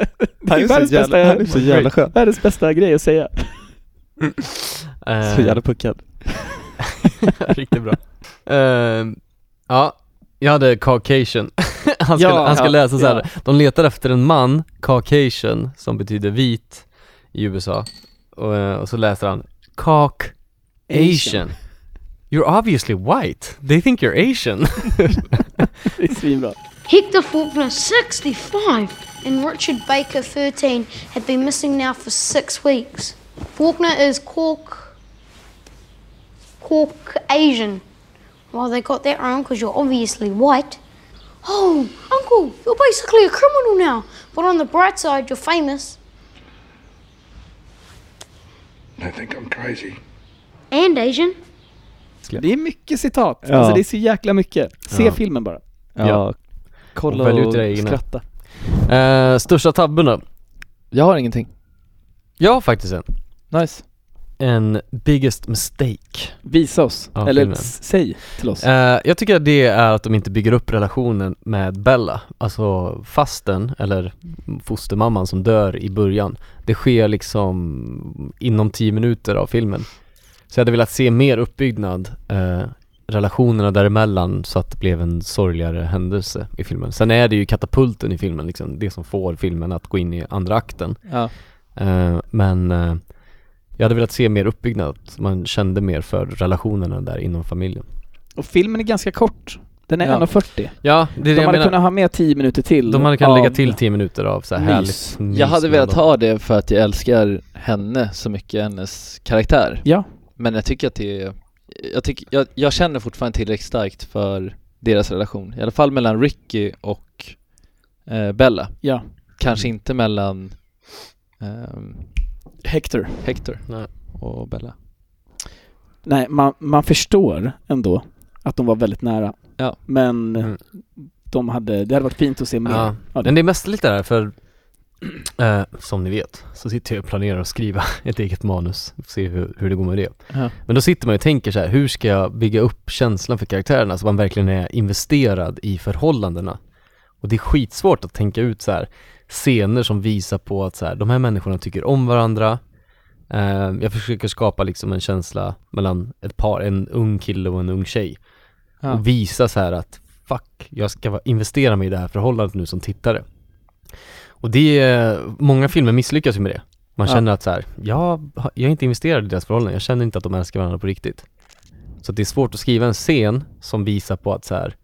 Speaker 9: Det är världens bästa,
Speaker 8: Han är så jävla skön.
Speaker 9: världens bästa grej att säga.
Speaker 1: Eh.
Speaker 8: Så jävla puckad.
Speaker 1: Riktigt bra. Ehm, ja, jag hade Caucasian. Han ska,
Speaker 9: Ja,
Speaker 1: han ska
Speaker 9: ja,
Speaker 1: läsa så här.
Speaker 9: ja.
Speaker 1: De letar efter en man, Caucasian, som betyder vit i USA. Och, eh, och så läser han Caucasian.
Speaker 9: Asian.
Speaker 1: You're obviously white. They think you're Asian.
Speaker 9: Det är svinbra.
Speaker 6: Hector Faulkner, 65, and Richard Baker, 13, had been missing now for six weeks. Faulkner is Cork. Cork Asian. Well, they got that wrong because you're obviously white. Oh, Uncle, you're basically a criminal now. But on the bright side, you're famous.
Speaker 7: They think I'm crazy.
Speaker 6: And Asian.
Speaker 9: Det är mycket citat.
Speaker 8: Ja.
Speaker 9: Alltså det är så jäkla mycket. Se
Speaker 1: Ja.
Speaker 9: filmen bara.
Speaker 8: Ja.
Speaker 1: Ja.
Speaker 8: Kolla
Speaker 1: Och välj ut
Speaker 8: och,
Speaker 1: era egna.
Speaker 8: skratta.
Speaker 1: Eh, största tabben då?
Speaker 8: Jag har ingenting.
Speaker 1: Jag har faktiskt en.
Speaker 8: Nice.
Speaker 1: En biggest mistake.
Speaker 9: Visa oss.
Speaker 1: Ja,
Speaker 9: Eller
Speaker 1: filmen.
Speaker 9: s- säg till oss.
Speaker 1: Eh, jag tycker att det är att de inte bygger upp relationen med Bella, alltså fasten eller fostermamman som dör i början. Det sker liksom inom 10 minuter av filmen. Så jag hade velat se mer uppbyggnad, eh, relationerna däremellan så att det blev en sorgligare händelse i filmen. Sen är det ju katapulten i filmen liksom, det som får filmen att gå in i andra akten.
Speaker 8: Ja.
Speaker 1: Eh, men eh, jag hade velat se mer uppbyggnad, så man kände mer för relationerna där inom familjen.
Speaker 9: Och filmen är ganska kort. Den är
Speaker 8: Ja.
Speaker 9: 1.40.
Speaker 1: Ja, det är
Speaker 9: De
Speaker 1: det jag
Speaker 9: hade
Speaker 1: menar.
Speaker 9: kunnat ha med 10 minuter till.
Speaker 1: De hade kunnat
Speaker 9: av-
Speaker 1: lägga till 10 minuter av så här
Speaker 9: Mys.
Speaker 1: härligt mys
Speaker 8: Jag hade
Speaker 1: mellan
Speaker 8: velat
Speaker 1: dem.
Speaker 8: ha det för att jag älskar henne så mycket, hennes karaktär.
Speaker 9: Ja.
Speaker 8: Men jag tycker att det är, jag, tycker, jag, jag känner fortfarande tillräckligt starkt för deras relation. I alla fall mellan Ricky och eh, Bella.
Speaker 9: Ja.
Speaker 8: Kanske
Speaker 9: Mm.
Speaker 8: inte mellan ehm,
Speaker 9: Hector.
Speaker 8: Hector
Speaker 1: Nej.
Speaker 8: och Bella.
Speaker 9: Nej, man, man förstår ändå att de var väldigt nära.
Speaker 8: Ja.
Speaker 9: Men
Speaker 1: Mm.
Speaker 9: de hade, det hade varit fint att se mer.
Speaker 1: Ja.
Speaker 9: av det.
Speaker 1: Men det är mest lite där för eh, som ni vet så sitter jag och planerar att skriva ett eget manus och se hur, hur det går med det.
Speaker 8: Ja.
Speaker 1: Men då sitter man ju och tänker så här, hur ska jag bygga upp känslan för karaktärerna så man verkligen är investerad i förhållandena? Och det är skitsvårt att tänka ut så här scener som visar på att så här, de här människorna tycker om varandra. Eh, jag försöker skapa liksom en känsla mellan ett par, en ung kille och en ung tjej.
Speaker 8: Ja.
Speaker 1: Och visa så här att fuck, jag ska va- investera mig i det här förhållandet nu som tittare. Och det är, många filmer misslyckas ju med det. Man
Speaker 8: Ja.
Speaker 1: känner att så här, jag, har- jag är inte investerad i deras förhållande, jag känner inte att de älskar varandra på riktigt. Så att det är svårt att skriva en scen som visar på att så här,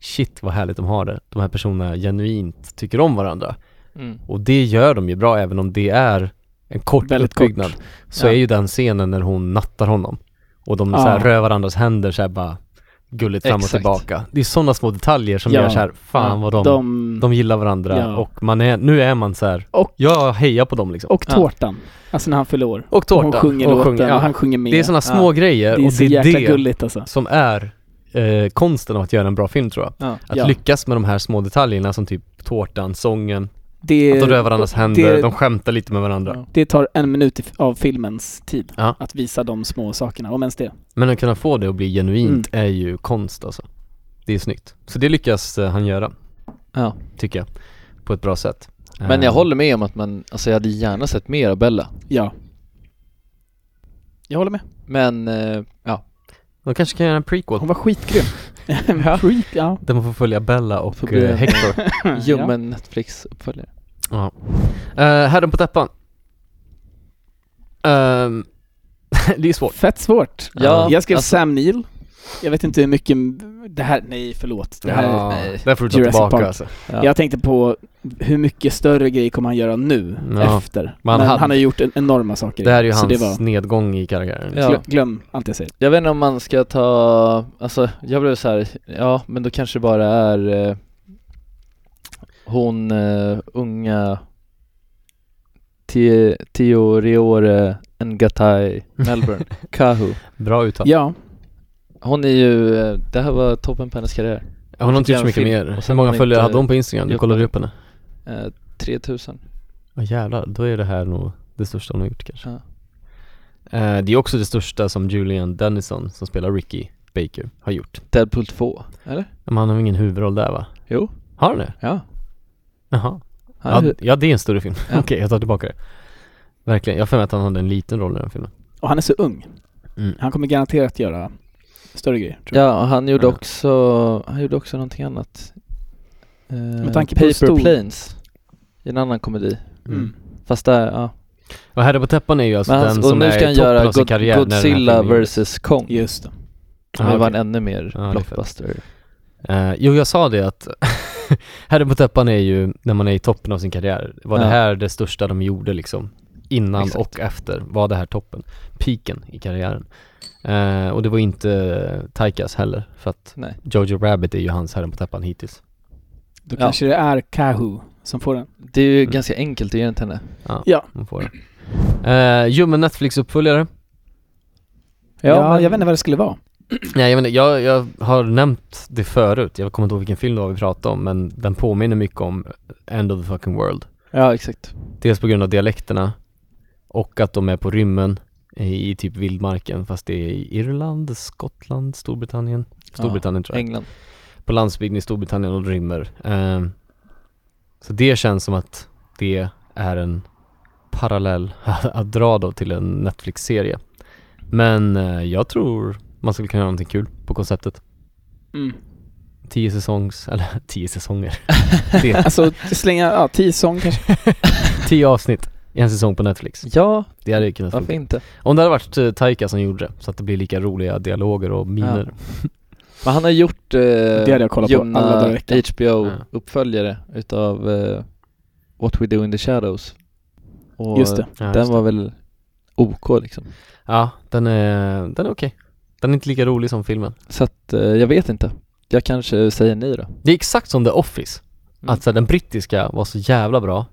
Speaker 1: shit vad härligt de har det. De här personerna genuint tycker om varandra.
Speaker 8: Mm.
Speaker 1: Och det gör de ju bra även om det är en kort
Speaker 9: Väldigt kort.
Speaker 1: uppbyggnad. Så
Speaker 8: Ja.
Speaker 1: är ju den scenen när hon nattar honom. Och de
Speaker 9: Ja.
Speaker 1: så här rör varandras händer så här bara gulligt fram och
Speaker 8: Exakt.
Speaker 1: tillbaka. Det är sådana små detaljer som
Speaker 9: Ja.
Speaker 1: gör så här, fan
Speaker 8: Ja.
Speaker 1: vad de, de,
Speaker 9: de,
Speaker 1: gillar varandra.
Speaker 9: Ja.
Speaker 1: Och man är, nu är man så här,
Speaker 9: Och-
Speaker 1: jag hejar på dem liksom.
Speaker 9: och
Speaker 8: Ja.
Speaker 9: tårtan. Alltså när han fyller år.
Speaker 1: Och
Speaker 9: Hon
Speaker 1: tårtan.
Speaker 9: sjunger
Speaker 1: och
Speaker 9: låten
Speaker 1: sjunger, ja.
Speaker 9: och han sjunger med.
Speaker 1: Det är sådana små
Speaker 8: Ja.
Speaker 1: grejer
Speaker 9: det är
Speaker 1: och
Speaker 9: så
Speaker 1: det är
Speaker 9: jäkla
Speaker 1: det
Speaker 9: gulligt alltså.
Speaker 1: som är eh, konsten av att göra en bra film tror jag.
Speaker 8: Ja.
Speaker 1: Att
Speaker 9: Ja.
Speaker 1: lyckas med de här små detaljerna som typ tårtan, sången,
Speaker 9: det,
Speaker 1: Att de rör varandras händer,
Speaker 9: det-
Speaker 1: de skämtar lite med varandra.
Speaker 9: det tar en minut i- av filmens tid
Speaker 1: Ja.
Speaker 9: att visa de små sakerna, om ens det.
Speaker 1: Men att kunna få det att bli genuint
Speaker 9: Mm.
Speaker 1: är ju konst alltså. Det är snyggt. Så det lyckas eh, han göra.
Speaker 8: Ja.
Speaker 1: Tycker jag. På ett bra sätt.
Speaker 8: Men
Speaker 1: Eh,
Speaker 8: jag håller med om att man, alltså jag hade gärna sett mer av Bella.
Speaker 9: Ja. Jag håller med.
Speaker 8: Men, eh, ja.
Speaker 1: De kanske kan göra en prequel.
Speaker 9: Hon var skitgrym. ja. Freak, ja.
Speaker 1: Där man får följa Bella och
Speaker 8: bli
Speaker 1: eh,
Speaker 8: en-
Speaker 1: Hector.
Speaker 8: Ljummen Netflix-uppföljare.
Speaker 1: ja. Eh, herren på täppan. Ehm, det är svårt.
Speaker 9: Fett svårt.
Speaker 8: Ja,
Speaker 9: jag skrev
Speaker 8: alltså-
Speaker 9: Sam Neill. Jag vet inte hur mycket... Det här, nej förlåt. Det här,
Speaker 1: ja,
Speaker 8: nej.
Speaker 1: där får du ta
Speaker 9: Jurassic
Speaker 1: tillbaka
Speaker 9: Park.
Speaker 1: alltså.
Speaker 8: Ja.
Speaker 9: Jag tänkte på hur mycket större grejer kommer han göra nu,
Speaker 1: Ja.
Speaker 9: efter.
Speaker 1: Men han
Speaker 9: Men
Speaker 1: hade-
Speaker 9: han har gjort en, enorma saker.
Speaker 1: Det här är ju
Speaker 9: så
Speaker 1: hans
Speaker 9: det var,
Speaker 1: nedgång i karriären.
Speaker 8: Ja.
Speaker 9: glö- Glöm allt jag säger.
Speaker 8: Jag vet inte om man ska ta, alltså jag blev så här, ja men då kanske det bara är eh, hon eh, unga Te- Teo Reore Ngatai Melbourne, Kahu.
Speaker 1: Bra uttal.
Speaker 9: Ja,
Speaker 8: Hon är ju, eh, det här var toppen på hennes karriär.
Speaker 1: Hon har inte gjort så mycket
Speaker 8: Fick göra en film.
Speaker 1: mer.
Speaker 8: Och sen
Speaker 1: Hur många
Speaker 8: har hon
Speaker 1: följare
Speaker 8: inte
Speaker 1: hade hon på Instagram? Du
Speaker 8: gjort
Speaker 1: kollade
Speaker 8: något.
Speaker 1: upp henne?
Speaker 8: Eh, 3000.
Speaker 1: Ja jävlar, då är det här nog det största hon har gjort kanske.
Speaker 8: Ja.
Speaker 1: Eh, det är också det största som Julian Dennison, som spelar Ricky Baker, har gjort.
Speaker 8: Deadpool 2, eller?
Speaker 1: Men han har ingen huvudroll där va?
Speaker 8: Jo.
Speaker 1: Har han det?
Speaker 8: Ja.
Speaker 1: Jaha.
Speaker 8: Han är
Speaker 1: Ja,
Speaker 8: hu-
Speaker 1: ja det är en större film.
Speaker 8: Ja.
Speaker 1: Okej, jag tar tillbaka det. Verkligen, jag har för mig att han hade en liten roll i den filmen.
Speaker 9: och han är så ung.
Speaker 1: Mm.
Speaker 9: Han kommer garanterat göra större grejer, tror jag.
Speaker 8: ja, och han gjorde
Speaker 1: Ja.
Speaker 8: också, han gjorde också någonting annat. Eh,
Speaker 9: tanke på hur
Speaker 8: Paper
Speaker 9: stor-
Speaker 8: Planes. I en annan komedi.
Speaker 9: Mm.
Speaker 8: Fast där, ja.
Speaker 1: Och Herre på täppan är ju alltså
Speaker 8: Men han,
Speaker 1: den
Speaker 8: och
Speaker 1: som
Speaker 8: nu
Speaker 1: är
Speaker 8: ska han
Speaker 1: i toppen
Speaker 8: göra
Speaker 1: av sin
Speaker 8: God,
Speaker 1: karriär när den här
Speaker 8: Godzilla
Speaker 1: filmen gjordes.
Speaker 8: vs Kong.
Speaker 9: Just det.
Speaker 8: Som
Speaker 1: Ja,
Speaker 8: ju var en
Speaker 1: okej.
Speaker 8: ännu mer
Speaker 1: Ja, det är fett.
Speaker 8: blockbuster.
Speaker 1: Eh, jo, jag sa det att Herren på täppan är ju när man är i toppen av sin karriär. Var det
Speaker 8: Ja.
Speaker 1: här det största de gjorde liksom? Innan
Speaker 8: Exakt.
Speaker 1: och efter var det här toppen, piken i karriären. Eh, och det var inte Taikas heller, för att
Speaker 8: Nej.
Speaker 1: Jojo Rabbit är ju hans Herren på täppan hittills.
Speaker 9: Då
Speaker 8: Ja.
Speaker 9: kanske det är Kahu som får den.
Speaker 8: Det är ju
Speaker 1: Mm.
Speaker 8: ganska enkelt att ge den till henne.
Speaker 9: Ja,
Speaker 1: Man får det. Eh, ljummen Netflix-uppföljare?
Speaker 9: ja,
Speaker 8: men-
Speaker 9: jag vet inte vad det skulle vara.
Speaker 1: Nej, jag, vet inte, jag, jag har nämnt det förut, jag kommer inte ihåg vilken film det var vi pratade om, men den påminner mycket om End of the fucking world.
Speaker 8: Ja, exakt.
Speaker 1: Dels på grund av dialekterna och att de är på rymmen i, i typ vildmarken fast det är i Irland, Skottland, Storbritannien. Storbritannien tror jag.
Speaker 8: England.
Speaker 1: På landsbygden i Storbritannien och de rymmer. Ehm, så det känns som att det är en parallell att dra då till en Netflix-serie. Men eh, jag tror man skulle kunna göra någonting kul på konceptet.
Speaker 9: Mm.
Speaker 1: Tio säsongs, eller tio säsonger. det,
Speaker 9: Alltså slänga, ja, tio sång kanske.
Speaker 1: tio avsnitt i en säsong på Netflix.
Speaker 8: Ja,
Speaker 1: Det hade ju kunnat funka.
Speaker 8: varför inte?
Speaker 1: Om det hade varit eh, Taika som gjorde det, så att det blir lika roliga dialoger och miner.
Speaker 8: Men han har gjort eh,
Speaker 9: hade jag kollat på
Speaker 8: ljumna
Speaker 9: alla dagar i veckan.
Speaker 8: HBO-uppföljare utav eh, What We Do In The Shadows. Och
Speaker 9: Just det.
Speaker 1: Ja,
Speaker 8: Den
Speaker 1: just det.
Speaker 8: var väl OK liksom.
Speaker 1: ja den är, den är okej. Den är inte lika rolig som filmen.
Speaker 8: Så att eh, jag vet inte. Jag kanske säger nej då.
Speaker 1: Det är exakt som The Office.
Speaker 8: Mm.
Speaker 1: Att så här, den brittiska var så jävla bra.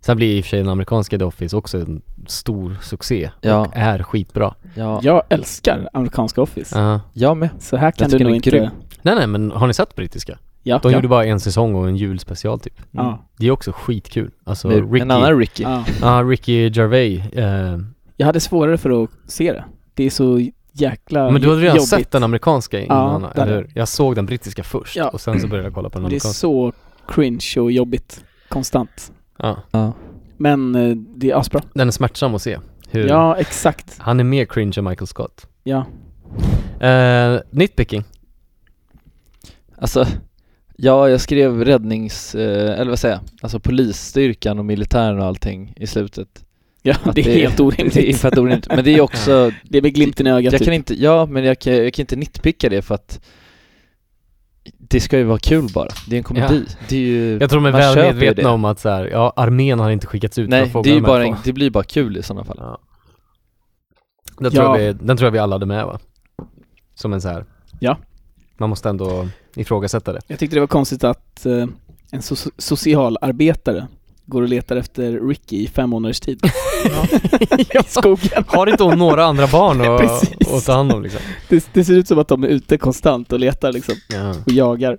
Speaker 1: Sen blir i och för sig den amerikanska The Office också en stor succé
Speaker 8: Ja.
Speaker 1: och är skitbra.
Speaker 8: Ja,
Speaker 9: Jag älskar amerikanska Office.
Speaker 1: Ja.
Speaker 8: jag med.
Speaker 9: Så här kan
Speaker 8: Jag
Speaker 9: du
Speaker 8: tycker
Speaker 9: nog
Speaker 8: den är
Speaker 9: inte...
Speaker 8: grym.
Speaker 1: Nej nej men har ni sett brittiska?
Speaker 9: Ja,
Speaker 1: De
Speaker 9: ja.
Speaker 1: gjorde bara en säsong och en julspecial typ.
Speaker 9: ja.
Speaker 1: Det är också skitkul. Alltså
Speaker 8: Med
Speaker 1: Ricky,
Speaker 8: En annan Ricky.
Speaker 9: ja.
Speaker 1: ja, Ricky Gervais. Eh,
Speaker 9: Jag hade svårare för att se det. Det är så jäkla
Speaker 1: men du hade redan
Speaker 9: jobbigt.
Speaker 1: sett den amerikanska innan,
Speaker 9: det hade
Speaker 1: eller hur? Jag såg den brittiska först
Speaker 9: Ja. Mm.
Speaker 1: och sen så började jag kolla på den
Speaker 9: Och Det är
Speaker 1: amerikanska.
Speaker 9: så cringe och jobbigt konstant.
Speaker 1: Ja,
Speaker 8: Ja.
Speaker 9: Men eh, det är asbra.
Speaker 1: den är smärtsam att se. Hur
Speaker 9: Ja, exakt.
Speaker 1: Han är mer cringe än Michael Scott.
Speaker 9: Ja.
Speaker 1: Eh, nitpicking.
Speaker 8: Alltså, ja jag skrev räddnings, eh, eller vad säger jag, alltså polisstyrkan och militären och allting i slutet.
Speaker 9: ja
Speaker 8: Att
Speaker 9: det är helt orimligt.
Speaker 8: Det är fett orimligt. Men det är också,
Speaker 9: Det är med glimten i
Speaker 8: jag
Speaker 9: ögat
Speaker 8: kan
Speaker 9: typ.
Speaker 8: inte, ja men jag kan, jag kan inte nitpicka det för att det ska ju vara kul bara. Det är en komedi. Det är ju,
Speaker 1: Jag tror de är
Speaker 8: man
Speaker 1: väl
Speaker 8: köper ju det.
Speaker 1: medvetna om att så här, ja armén har inte skickats ut för
Speaker 8: Nej,
Speaker 1: att fånga
Speaker 8: det, är ju
Speaker 1: de här
Speaker 8: bara
Speaker 1: två.
Speaker 8: en, det blir bara kul i sådana fall.
Speaker 1: Ja. Den, tror jag
Speaker 9: Ja.
Speaker 1: vi, den tror jag vi alla hade med va? Som en så här.
Speaker 9: Ja.
Speaker 1: Man måste ändå ifrågasätta det.
Speaker 9: Jag tyckte det var konstigt att eh, en so- socialarbetare går och letar efter Ricky i fem månaders tid. I skogen.
Speaker 1: Har inte hon några andra barn att,
Speaker 9: Precis.
Speaker 1: att ta hand om liksom?
Speaker 9: Det, det ser ut som att de är ute konstant och letar liksom,
Speaker 1: Ja.
Speaker 9: och jagar.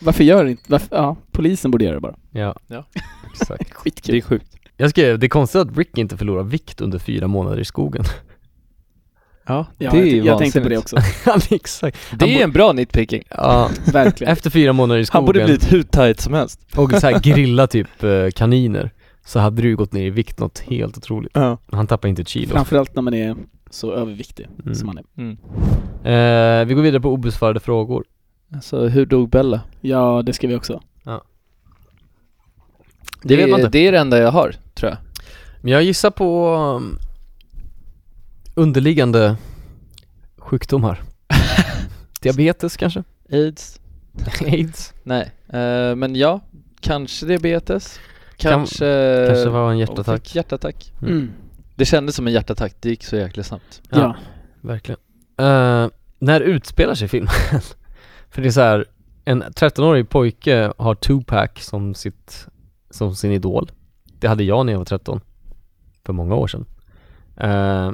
Speaker 9: Varför gör inte, varför, ja, polisen borde göra det bara.
Speaker 1: Ja,
Speaker 8: Ja.
Speaker 1: exakt.
Speaker 9: Skitkul.
Speaker 8: Det är sjukt.
Speaker 1: Jag skrev, det är konstigt att Rick inte förlorar vikt under fyra månader i skogen.
Speaker 8: Ja,
Speaker 9: Ja,
Speaker 8: det är
Speaker 9: jag,
Speaker 8: ju
Speaker 9: t- jag tänkte på det
Speaker 8: vansinnigt.
Speaker 9: också.
Speaker 1: Han exakt.
Speaker 8: Det är ju en bra nitpicking.
Speaker 1: Ja,
Speaker 9: Verkligen.
Speaker 1: efter fyra månader i skogen.
Speaker 8: Han borde blivit hur tight som helst.
Speaker 1: och så här grilla typ eh, kaniner så hade du ju gått ner i vikt något helt otroligt.
Speaker 9: Ja.
Speaker 1: Han tappar inte ett kilo.
Speaker 9: Framförallt när man är så överviktig
Speaker 1: Mm.
Speaker 9: som man är.
Speaker 1: Eh, vi går vidare på obesvarade frågor.
Speaker 8: Alltså, hur dog Bella?
Speaker 9: Ja, det ska vi också.
Speaker 1: Det, vet man inte.
Speaker 8: det är det enda jag har, tror jag.
Speaker 1: Men jag gissar på um, underliggande sjukdomar. Diabetes kanske?
Speaker 8: Aids?
Speaker 1: Aids?
Speaker 8: Nej. Eh, men ja, kanske diabetes.
Speaker 1: Kan-
Speaker 8: Kanske...
Speaker 1: kanske var en
Speaker 8: Hon
Speaker 1: hjärtattack.
Speaker 8: fick hjärtattack.
Speaker 1: Mm.
Speaker 9: Mm.
Speaker 8: Det kändes som en hjärtattack, det gick så jäkla snabbt.
Speaker 1: Ja.
Speaker 9: Ja.
Speaker 1: Verkligen. Eh, när utspelar sig filmen? För det är så här, en 13-årig pojke har Tupac som, sitt, som sin idol. Det hade jag när jag var 13. För många år sedan. Eh,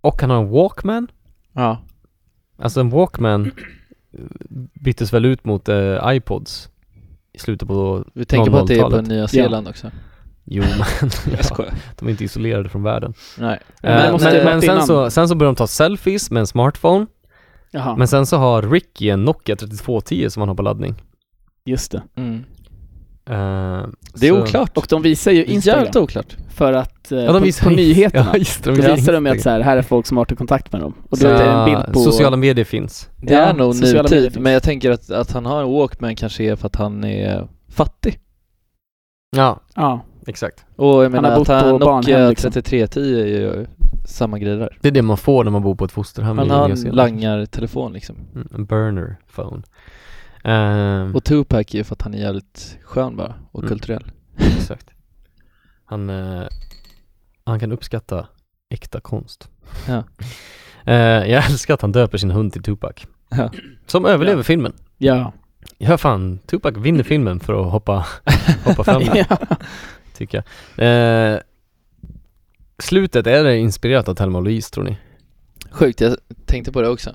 Speaker 1: och han har en Walkman.
Speaker 8: Ja.
Speaker 1: Alltså en Walkman eh, byttes väl ut mot eh, iPods i slutet på...
Speaker 8: Vi tänker på att det är på
Speaker 1: 00-talet.
Speaker 8: Nya Zeeland också.
Speaker 1: Jo men, ja,
Speaker 8: skojar.
Speaker 1: de är inte isolerade från världen.
Speaker 8: Nej.
Speaker 1: Eh,
Speaker 9: Men
Speaker 1: Men,
Speaker 9: det måste
Speaker 1: men,
Speaker 9: ju varit
Speaker 1: sen,
Speaker 9: innan.
Speaker 1: så, sen så börjar de ta selfies med en smartphone.
Speaker 9: Jaha,
Speaker 1: Men sen så har Ricky en Nokia 3210 som han har på laddning.
Speaker 9: just det.
Speaker 8: Mm.
Speaker 1: Eh,
Speaker 8: Det är
Speaker 1: så-
Speaker 8: oklart.
Speaker 9: Och de visar ju Instagram
Speaker 8: Jävligt oklart.
Speaker 9: för att, eh,
Speaker 1: Ja, de
Speaker 9: på,
Speaker 1: visar
Speaker 9: på nyheterna.
Speaker 1: Ja, just det,
Speaker 9: Då visar de ju
Speaker 1: Instagram.
Speaker 9: att så här, här är folk som har varit i kontakt med dem. Och då
Speaker 1: Så-
Speaker 9: är det en bild på...
Speaker 1: Sociala medier finns.
Speaker 8: Det
Speaker 9: Ja,
Speaker 8: är nog
Speaker 9: sociala medier
Speaker 8: nutid,
Speaker 9: finns.
Speaker 8: men jag tänker att, att han har en Walkman kanske är för att han är fattig.
Speaker 1: Ja,
Speaker 9: Ja,
Speaker 1: exakt.
Speaker 8: Och jag menar
Speaker 9: har
Speaker 8: att
Speaker 9: bott på
Speaker 8: han, Nokia
Speaker 9: barnhem, liksom.
Speaker 8: 3310 är ju samma grej där.
Speaker 1: Det är det man får när man bor på ett fosterhem
Speaker 8: Han
Speaker 1: i
Speaker 8: har
Speaker 1: Nya
Speaker 8: en
Speaker 1: Zeeland.
Speaker 8: langartelefon liksom.
Speaker 1: Mm, En burner phone. Ehm,
Speaker 8: Och Tupac är ju för att han är jävligt skön bara, och
Speaker 1: Mm.
Speaker 8: kulturell.
Speaker 1: exakt. Han, eh, han kan uppskatta äkta konst.
Speaker 8: Ja.
Speaker 1: Eh, jag älskar att han döper sin hund till Tupac.
Speaker 8: Ja.
Speaker 1: Som överlever filmen.
Speaker 9: ja.
Speaker 1: Ja fan, Tupac vinner filmen för att hoppa, hoppa fram där.
Speaker 9: ja.
Speaker 1: tycker jag. Eh, slutet, är det inspirerat av Thelma och Louise tror ni?
Speaker 8: Sjukt, jag tänkte på det också.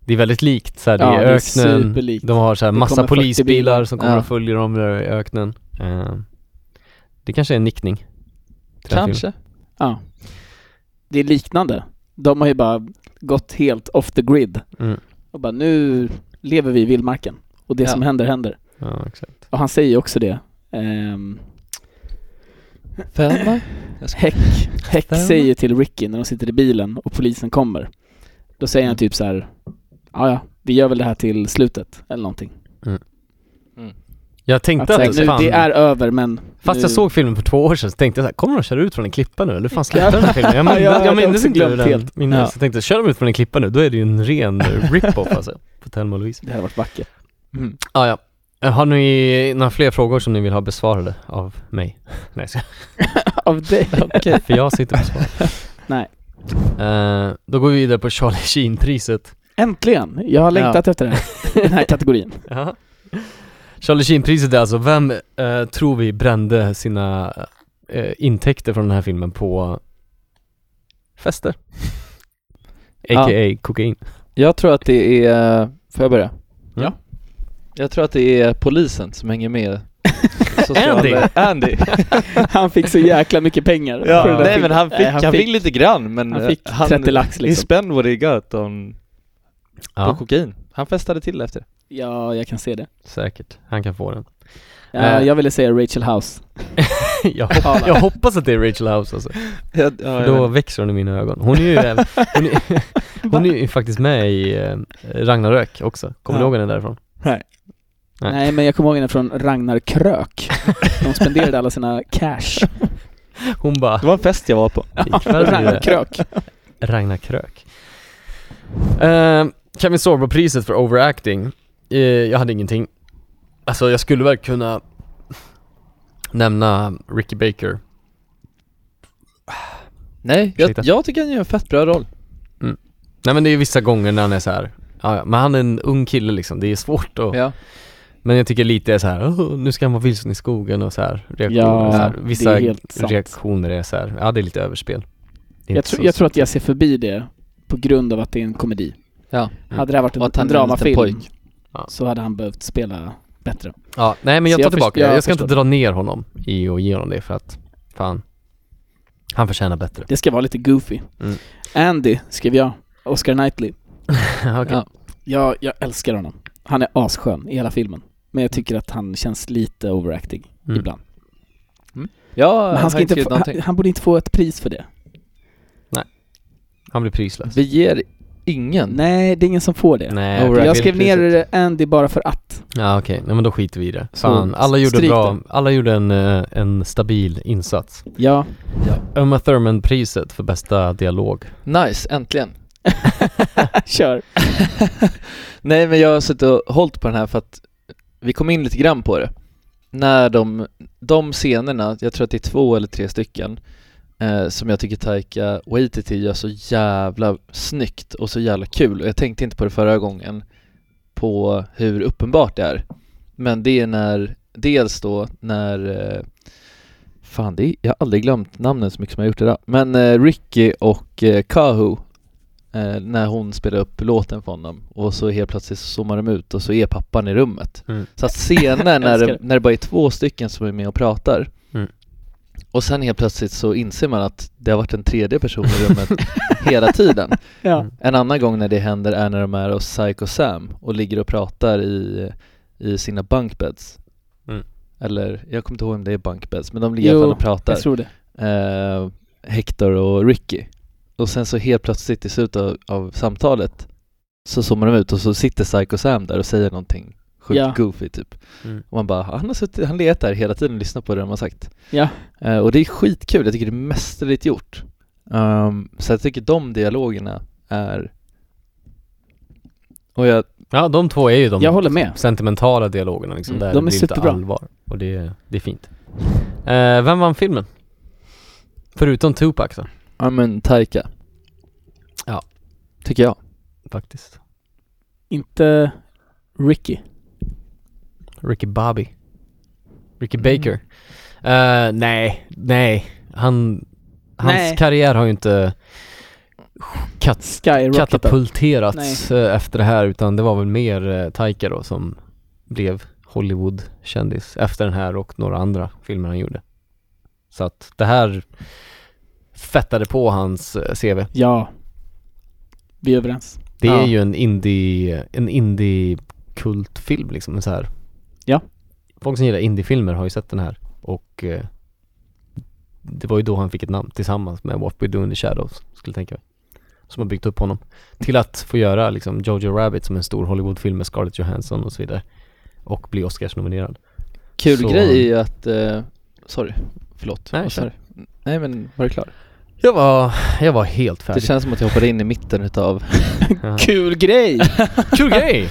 Speaker 1: Det är väldigt likt så här, det
Speaker 9: Ja,
Speaker 1: är
Speaker 9: det är
Speaker 1: öknen,
Speaker 9: superlikt.
Speaker 1: de har så här
Speaker 9: Det
Speaker 1: massa
Speaker 9: kommer 40
Speaker 1: polisbilar
Speaker 9: bilar.
Speaker 1: som kommer
Speaker 8: Ja.
Speaker 1: och följer dem där i öknen. Eh, det kanske är en nickning. till den filmen.
Speaker 8: Kanske.
Speaker 9: ja. Det är liknande. De har ju bara gått helt off the grid.
Speaker 1: Mm.
Speaker 9: Och bara nu lever vi i vildmarken. Och det
Speaker 8: Ja.
Speaker 9: som händer händer.
Speaker 1: Ja, exakt.
Speaker 9: Och han säger ju också det. Ehm,
Speaker 8: Femma?
Speaker 9: Häck, häck
Speaker 8: Stämmer.
Speaker 9: säger till Ricky när de sitter i bilen och polisen kommer. Då säger
Speaker 1: Mm.
Speaker 9: han typ så här, ja ja, vi gör väl det här till slutet eller någonting.
Speaker 1: Jag
Speaker 9: Att
Speaker 1: tänkte
Speaker 9: så
Speaker 1: att,
Speaker 9: här, nu,
Speaker 1: fan,
Speaker 9: det är över men...
Speaker 1: fast
Speaker 9: nu,
Speaker 1: jag såg filmen för två år sedan så tänkte jag så här, kommer de köra ut från en klippa nu? Eller fan släppte de den här filmen? Jag, men,
Speaker 9: Ja, jag
Speaker 1: jag,
Speaker 9: hade
Speaker 1: minns
Speaker 9: också
Speaker 1: inte hur
Speaker 9: glömt
Speaker 1: den
Speaker 9: helt.
Speaker 1: minns.
Speaker 9: Ja.
Speaker 1: Så jag tänkte, kör de ut från en klippa nu, då är det ju en ren rip-off alltså, på Thelma och Louise.
Speaker 9: Det hade varit vackert.
Speaker 8: Mm.
Speaker 1: Ah, ja. Eh, Har ni några fler frågor som ni vill ha besvarade av mig? Nej, jag skojar.
Speaker 9: Av dig? Okej.
Speaker 1: för jag sitter på svar.
Speaker 9: Nej.
Speaker 1: Eh, då går vi vidare på Charlie Sheen-priset.
Speaker 9: Äntligen! Jag har längtat efter det här, den här kategorin.
Speaker 1: Charlie Sheen-priset är alltså, vem eh, tror vi brände sina eh, intäkter från den här filmen på fester? A.k.a. kokain.
Speaker 8: Jag tror att det är, får jag börja?
Speaker 1: Ja.
Speaker 8: Jag tror att det är polisen som hänger med. Sociala-
Speaker 1: Andy.
Speaker 8: Andy!
Speaker 9: Han fick så jäkla mycket pengar. för den där
Speaker 8: Nej men
Speaker 9: filmen.
Speaker 8: han fick,
Speaker 9: Nej,
Speaker 8: han fick lite grann men eh,
Speaker 9: han fick 30 lax
Speaker 8: He
Speaker 9: liksom.
Speaker 8: spent what he got on, på
Speaker 1: Ja,
Speaker 8: kokain. Han festade till efter det.
Speaker 9: Ja, jag kan se det.
Speaker 1: säkert. Han kan få den.
Speaker 9: Ja,
Speaker 1: Eh.
Speaker 9: jag ville säga Rachel House.
Speaker 1: jag, hop- jag hoppas att det är Rachel House alltså.
Speaker 8: Ja,
Speaker 1: Då växer hon i mina ögon. Hon är ju, även- hon är, hon är ju faktiskt med i eh, Ragnarök också. Kommer
Speaker 8: Ja.
Speaker 1: du ihåg den därifrån? Nej.
Speaker 9: Nej. men jag kommer ihåg den från Ragnar Krök. De spenderade alla sina cash.
Speaker 1: Hon bara,
Speaker 8: det var en fest jag var på.
Speaker 1: ikväll blir det
Speaker 9: Ragnar Krök.
Speaker 1: Ragnar Krök. Uh, Kevin Sorbo-priset för overacting. Eh, jag hade ingenting. Alltså jag skulle väl kunna nämna Ricky Baker.
Speaker 8: Nej, jag,
Speaker 1: Ursäkta.
Speaker 8: jag tycker han gör en fett bra roll.
Speaker 1: Nej men det är ju vissa gånger när han är så här. Ja, ja, men han är en ung kille liksom, det är svårt att...
Speaker 8: Ja.
Speaker 1: Men jag tycker lite är så här, "Åh, nu ska han vara vilsen i skogen och så här, reaktioner
Speaker 9: Ja,
Speaker 1: och så här.
Speaker 9: det är
Speaker 1: Vissa
Speaker 9: helt sant.
Speaker 1: reaktioner är så här, ja det är lite överspel. Det är
Speaker 9: Jag,
Speaker 1: inte
Speaker 9: tror-
Speaker 1: så-
Speaker 9: jag tror att jag ser förbi det på grund av att det är en komedi.
Speaker 8: Ja.
Speaker 9: Hade det här varit
Speaker 8: Mm.
Speaker 9: en,
Speaker 8: Och att han
Speaker 9: en
Speaker 8: är en liten
Speaker 9: dramafilm
Speaker 8: pojk.
Speaker 9: så hade han behövt spela bättre.
Speaker 1: Ja, nej men
Speaker 9: Så
Speaker 1: jag tar
Speaker 9: jag först-
Speaker 1: tillbaka det.
Speaker 9: jag
Speaker 1: Jag ska inte
Speaker 9: förstår.
Speaker 1: dra ner honom i och ge honom det för att, fan. Han förtjänar bättre.
Speaker 9: Det ska vara lite goofy.
Speaker 1: Mm.
Speaker 9: Andy, skrev jag. Oscar Knightley.
Speaker 1: Okej.
Speaker 9: ja, jag, jag älskar honom. Han är asskön i hela filmen. Men jag tycker att han känns lite overacting
Speaker 1: Mm.
Speaker 9: ibland.
Speaker 8: Ja,
Speaker 9: Men han, ska inte få, han, han borde inte få ett pris för det.
Speaker 1: Han blir prislös.
Speaker 8: Vi ger ingen.
Speaker 9: Nej, det är ingen som får det.
Speaker 1: Nej,
Speaker 8: Overacting.
Speaker 9: Jag skrev ner
Speaker 8: Priset.
Speaker 9: Andy bara för att.
Speaker 1: Ja okej, nej men då skiter vi i det.
Speaker 9: Så,
Speaker 1: Fan, alla gjorde
Speaker 9: stryk
Speaker 1: bra,
Speaker 9: det.
Speaker 1: alla gjorde en, eh, en stabil insats.
Speaker 9: Ja,
Speaker 1: Uma Thurman-priset för bästa dialog.
Speaker 8: Nice, äntligen.
Speaker 9: kör.
Speaker 8: Nej men jag har suttit och hållit på den här för att vi kom in lite grann på det. När de, de scenerna, jag tror att det är två eller tre stycken, eh, som jag tycker Taika Waititi gör så jävla snyggt och så jävla kul. Och jag tänkte inte på det förra gången, på hur uppenbart det är. Men det är när, dels då när, eh, fan det är, jag har aldrig glömt namnen så mycket som jag har gjort idag. Men eh, Ricky och eh, Kahu eh, när hon spelar upp låten för honom och så helt plötsligt så zoomar de ut och så är pappan i rummet.
Speaker 1: Mm.
Speaker 8: Så att scener när,
Speaker 9: Älskar
Speaker 8: det,
Speaker 9: det.
Speaker 8: när det bara är två stycken som är med och pratar
Speaker 1: Mm.
Speaker 8: och sen helt plötsligt så inser man att det har varit en tredje person i rummet hela tiden.
Speaker 9: Ja.
Speaker 8: En annan gång när det händer är när de är hos Psycho Sam och ligger och pratar i, i sina bunkbeds.
Speaker 1: Mm.
Speaker 8: Eller, jag kommer inte ihåg om det är bunkbeds, men de ligger i
Speaker 9: Jo,
Speaker 8: alla fall och pratar
Speaker 9: Jag tror det.
Speaker 8: eh, Hector och Ricky. Och sen så helt plötsligt i slutet av, av samtalet så zoomar de ut och så sitter Psycho Sam där och säger någonting sjukt
Speaker 9: Ja.
Speaker 8: goofy typ.
Speaker 1: Mm.
Speaker 8: Och man bara, "Ah, han har suttit, han letat där hela tiden och lyssnat på det de har sagt.
Speaker 9: Ja.
Speaker 8: Eh, och det är skitkul, jag tycker det är mästerligt gjort. Ehm, så jag tycker de dialogerna är och jag,
Speaker 1: Ja, de två är ju de
Speaker 9: Jag håller med.
Speaker 1: sentimentala dialogerna liksom,
Speaker 8: Mm,
Speaker 1: där
Speaker 9: de
Speaker 1: det
Speaker 9: är
Speaker 1: blir lite
Speaker 9: superbra.
Speaker 1: allvar. Och det, det är fint. Eh, vem vann filmen? Förutom Tupac då,
Speaker 8: ja men Taika.
Speaker 1: Ja.
Speaker 8: Tycker jag.
Speaker 1: faktiskt.
Speaker 9: Inte Ricky.
Speaker 1: Ricky Bobby.
Speaker 9: Mm.
Speaker 1: Ricky Baker. Eh, nej, nej. Han, hans
Speaker 9: Nej.
Speaker 1: karriär har ju inte kat,
Speaker 9: Skyrocketat.
Speaker 1: katapulterats eh, efter det här utan det var väl mer eh, Taika då som blev Hollywood-kändis efter den här och några andra filmer han gjorde. Så att det här fettade på hans eh, CV.
Speaker 9: Ja. Vi är överens.
Speaker 1: Det
Speaker 8: Ja.
Speaker 1: är ju en indie, en indie-kultfilm liksom, en så här.
Speaker 9: Ja.
Speaker 1: Folk som gillar indiefilmer har ju sett den här och eh, det var ju då han fick ett namn tillsammans med What We Do In The Shadows, skulle jag tänka mig. Som har byggt upp honom till att få göra liksom Jojo Rabbit som en stor Hollywoodfilm med Scarlett Johansson och så vidare och bli Oscars-nominerad.
Speaker 8: Kul
Speaker 1: Så-
Speaker 8: grej är ju att, eh, sorry, förlåt.
Speaker 1: Nej,
Speaker 8: Vad sa
Speaker 1: kör.
Speaker 8: du? Nej men var du klar?
Speaker 1: Jag var, jag var helt
Speaker 8: Det
Speaker 1: färdig.
Speaker 8: känns som att jag hoppade in i mitten utav
Speaker 9: Kul grej!
Speaker 1: Kul grej!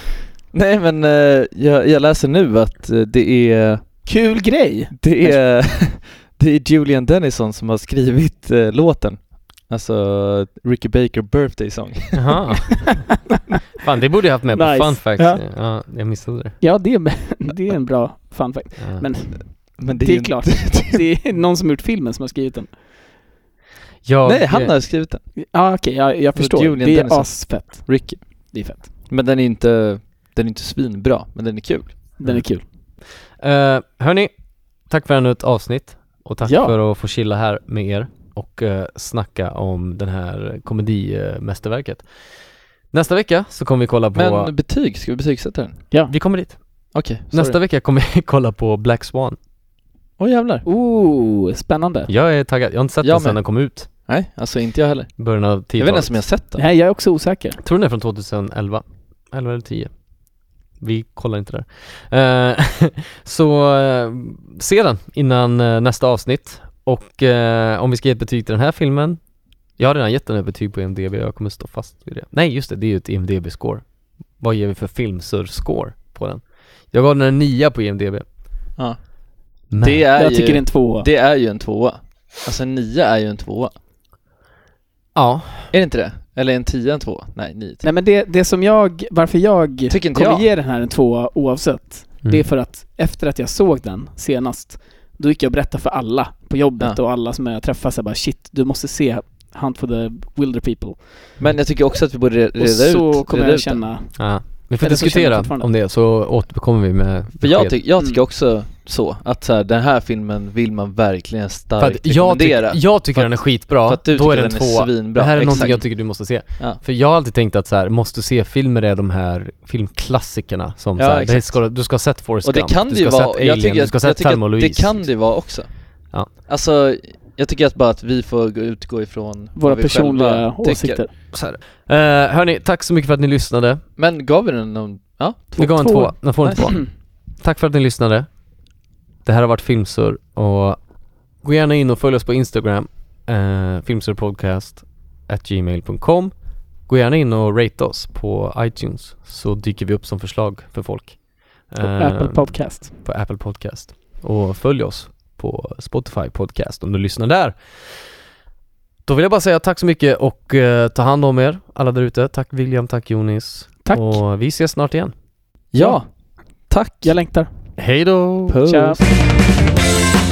Speaker 8: Nej men eh, jag, jag läser nu att eh, det är
Speaker 9: Kul grej!
Speaker 8: Det är, det är Julian Dennison som har skrivit eh, låten Alltså Ricky Baker birthday song
Speaker 1: Jaha. Fan det borde jag haft med på
Speaker 9: Nice.
Speaker 1: fun facts.
Speaker 9: Ja.
Speaker 1: Ja. jag missade det.
Speaker 9: Ja, det är, det är en bra fun fact.
Speaker 1: Ja.
Speaker 9: Men
Speaker 8: Men
Speaker 9: det är
Speaker 8: ju-
Speaker 9: klart, det är någon som har gjort filmen som har skrivit den.
Speaker 1: Jag-
Speaker 8: Nej, han har skrivit den,
Speaker 9: Ja, okej, jag, jag
Speaker 8: Så
Speaker 9: förstår.
Speaker 8: Alltså, Julian
Speaker 9: det är
Speaker 8: Dennison.
Speaker 9: asfett.
Speaker 8: Ricky
Speaker 9: Det är fett.
Speaker 8: Men den är inte, den är inte svinbra, men den är kul
Speaker 9: Den är kul.
Speaker 1: Uh, hörni, tack för ännu ett avsnitt och tack
Speaker 9: Ja.
Speaker 1: för att få chilla här med er och uh, snacka om den här komedimästerverket. Nästa vecka så kommer vi kolla på...
Speaker 8: Men betyg, ska vi betygsätta den?
Speaker 1: Vi kommer dit.
Speaker 8: Okej,
Speaker 1: Nästa vecka kommer vi kolla på Black Swan.
Speaker 8: Åh jävlar
Speaker 9: Ooh, spännande.
Speaker 1: Jag är taggad. Jag har inte sett
Speaker 8: Jag
Speaker 1: den sedan
Speaker 8: med.
Speaker 1: den kom ut.
Speaker 8: Nej, alltså inte jag heller
Speaker 1: i Början av
Speaker 8: Jag vet
Speaker 1: 10-talet.
Speaker 8: inte ens om jag har sett den
Speaker 9: Nej, jag är också osäker.
Speaker 1: tror den är från 2011. 11 eller 10. Vi kollar inte där. Eh, så eh, se den innan eh, nästa avsnitt. Och eh, om vi ska ge ett betyg till den här filmen. Jag har redan gett den ett betyg på IMDB och jag kommer stå fast vid det. Nej just det, det är ju ett IMDB-score. Vad ger vi för filmsur-score på den? Jag gav den en nia på IMDB.
Speaker 8: Ja.
Speaker 1: Men,
Speaker 8: Det är
Speaker 9: jag
Speaker 8: ju,
Speaker 9: tycker det är en tvåa.
Speaker 8: det är ju en tvåa Alltså en nia är ju en tvåa
Speaker 1: Ja,
Speaker 8: Är det inte det? Eller är en tia en tvåa? Nej, nio
Speaker 9: Nej men det, det som jag, varför jag
Speaker 8: Tycker inte
Speaker 9: kommer
Speaker 8: jag.
Speaker 9: ge den här en tvåa oavsett,
Speaker 1: Mm.
Speaker 9: det är för att efter att jag såg den senast, då gick jag och berättade för alla på jobbet
Speaker 8: Ja.
Speaker 9: och alla som jag träffade så här bara shit, du måste se Hunt for the Wilder People.
Speaker 8: Men jag tycker också att vi borde re- reda
Speaker 9: och så
Speaker 8: ut,
Speaker 9: kommer
Speaker 8: reda
Speaker 9: jag
Speaker 8: ut den.
Speaker 9: känna,
Speaker 1: ja. Vi får
Speaker 9: Eller så känner jag
Speaker 1: diskutera
Speaker 9: fortfarande.
Speaker 1: om det så återkommer vi med
Speaker 8: För jag,
Speaker 1: besked.
Speaker 8: tyck, jag
Speaker 9: Mm.
Speaker 8: tycker också så, att så här, den här filmen vill man verkligen
Speaker 1: För att
Speaker 8: starkt
Speaker 1: jag, tyck,
Speaker 8: rekommendera.
Speaker 1: jag tycker den är skitbra,
Speaker 8: för att du
Speaker 1: då är
Speaker 8: tycker
Speaker 1: den,
Speaker 8: den är
Speaker 1: tvåa.
Speaker 8: svinbra,
Speaker 1: Det här är någonting
Speaker 8: exakt.
Speaker 1: jag tycker du måste se.
Speaker 8: Ja.
Speaker 1: För jag har alltid tänkt att så här, måste se-filmer är de här filmklassikerna som
Speaker 8: Ja,
Speaker 1: så här, det
Speaker 8: exakt.
Speaker 1: ska, du- du ska ha sett Forrest
Speaker 8: och det
Speaker 1: Gump,
Speaker 8: kan
Speaker 1: du
Speaker 8: det ju
Speaker 1: ska ha
Speaker 8: vara,
Speaker 1: sett
Speaker 8: jag
Speaker 1: Alien,
Speaker 8: tycker,
Speaker 1: du ska ha
Speaker 8: att- jag
Speaker 1: sett
Speaker 8: tycker
Speaker 1: Thelma och
Speaker 8: att det
Speaker 1: Louise.
Speaker 8: kan det vara också.
Speaker 1: Ja.
Speaker 8: Alltså, jag tycker att bara att vi får gå- utgå ifrån vad
Speaker 9: Våra
Speaker 8: vi själva
Speaker 9: personliga
Speaker 8: tycker.
Speaker 9: åsikter.
Speaker 1: Så här. Eh, hörni, tack så mycket för att ni lyssnade.
Speaker 8: Men gav vi den någon, ja?
Speaker 1: Vi gav en
Speaker 9: två.
Speaker 1: tvåa. Den får en
Speaker 8: Nice.
Speaker 1: tvåa. Tack för att ni lyssnade. Det här har varit Filmsur och gå gärna in och följ oss på Instagram, eh, filmsurpodcast at gmail.com. Gå gärna in och rate oss på iTunes så dyker vi upp som förslag för folk.
Speaker 8: Ah.
Speaker 1: Eh,
Speaker 9: Apple Podcast.
Speaker 1: på Apple Podcast. Och följ oss på Spotify Podcast om du lyssnar där. Då vill jag bara säga tack så mycket och eh, ta hand om er alla där ute. Tack William, tack Jonis.
Speaker 9: Tack.
Speaker 1: Och vi ses snart igen.
Speaker 8: Ja! Tack!
Speaker 9: Jag längtar.
Speaker 1: Hej då!
Speaker 8: Puss.
Speaker 9: Tja.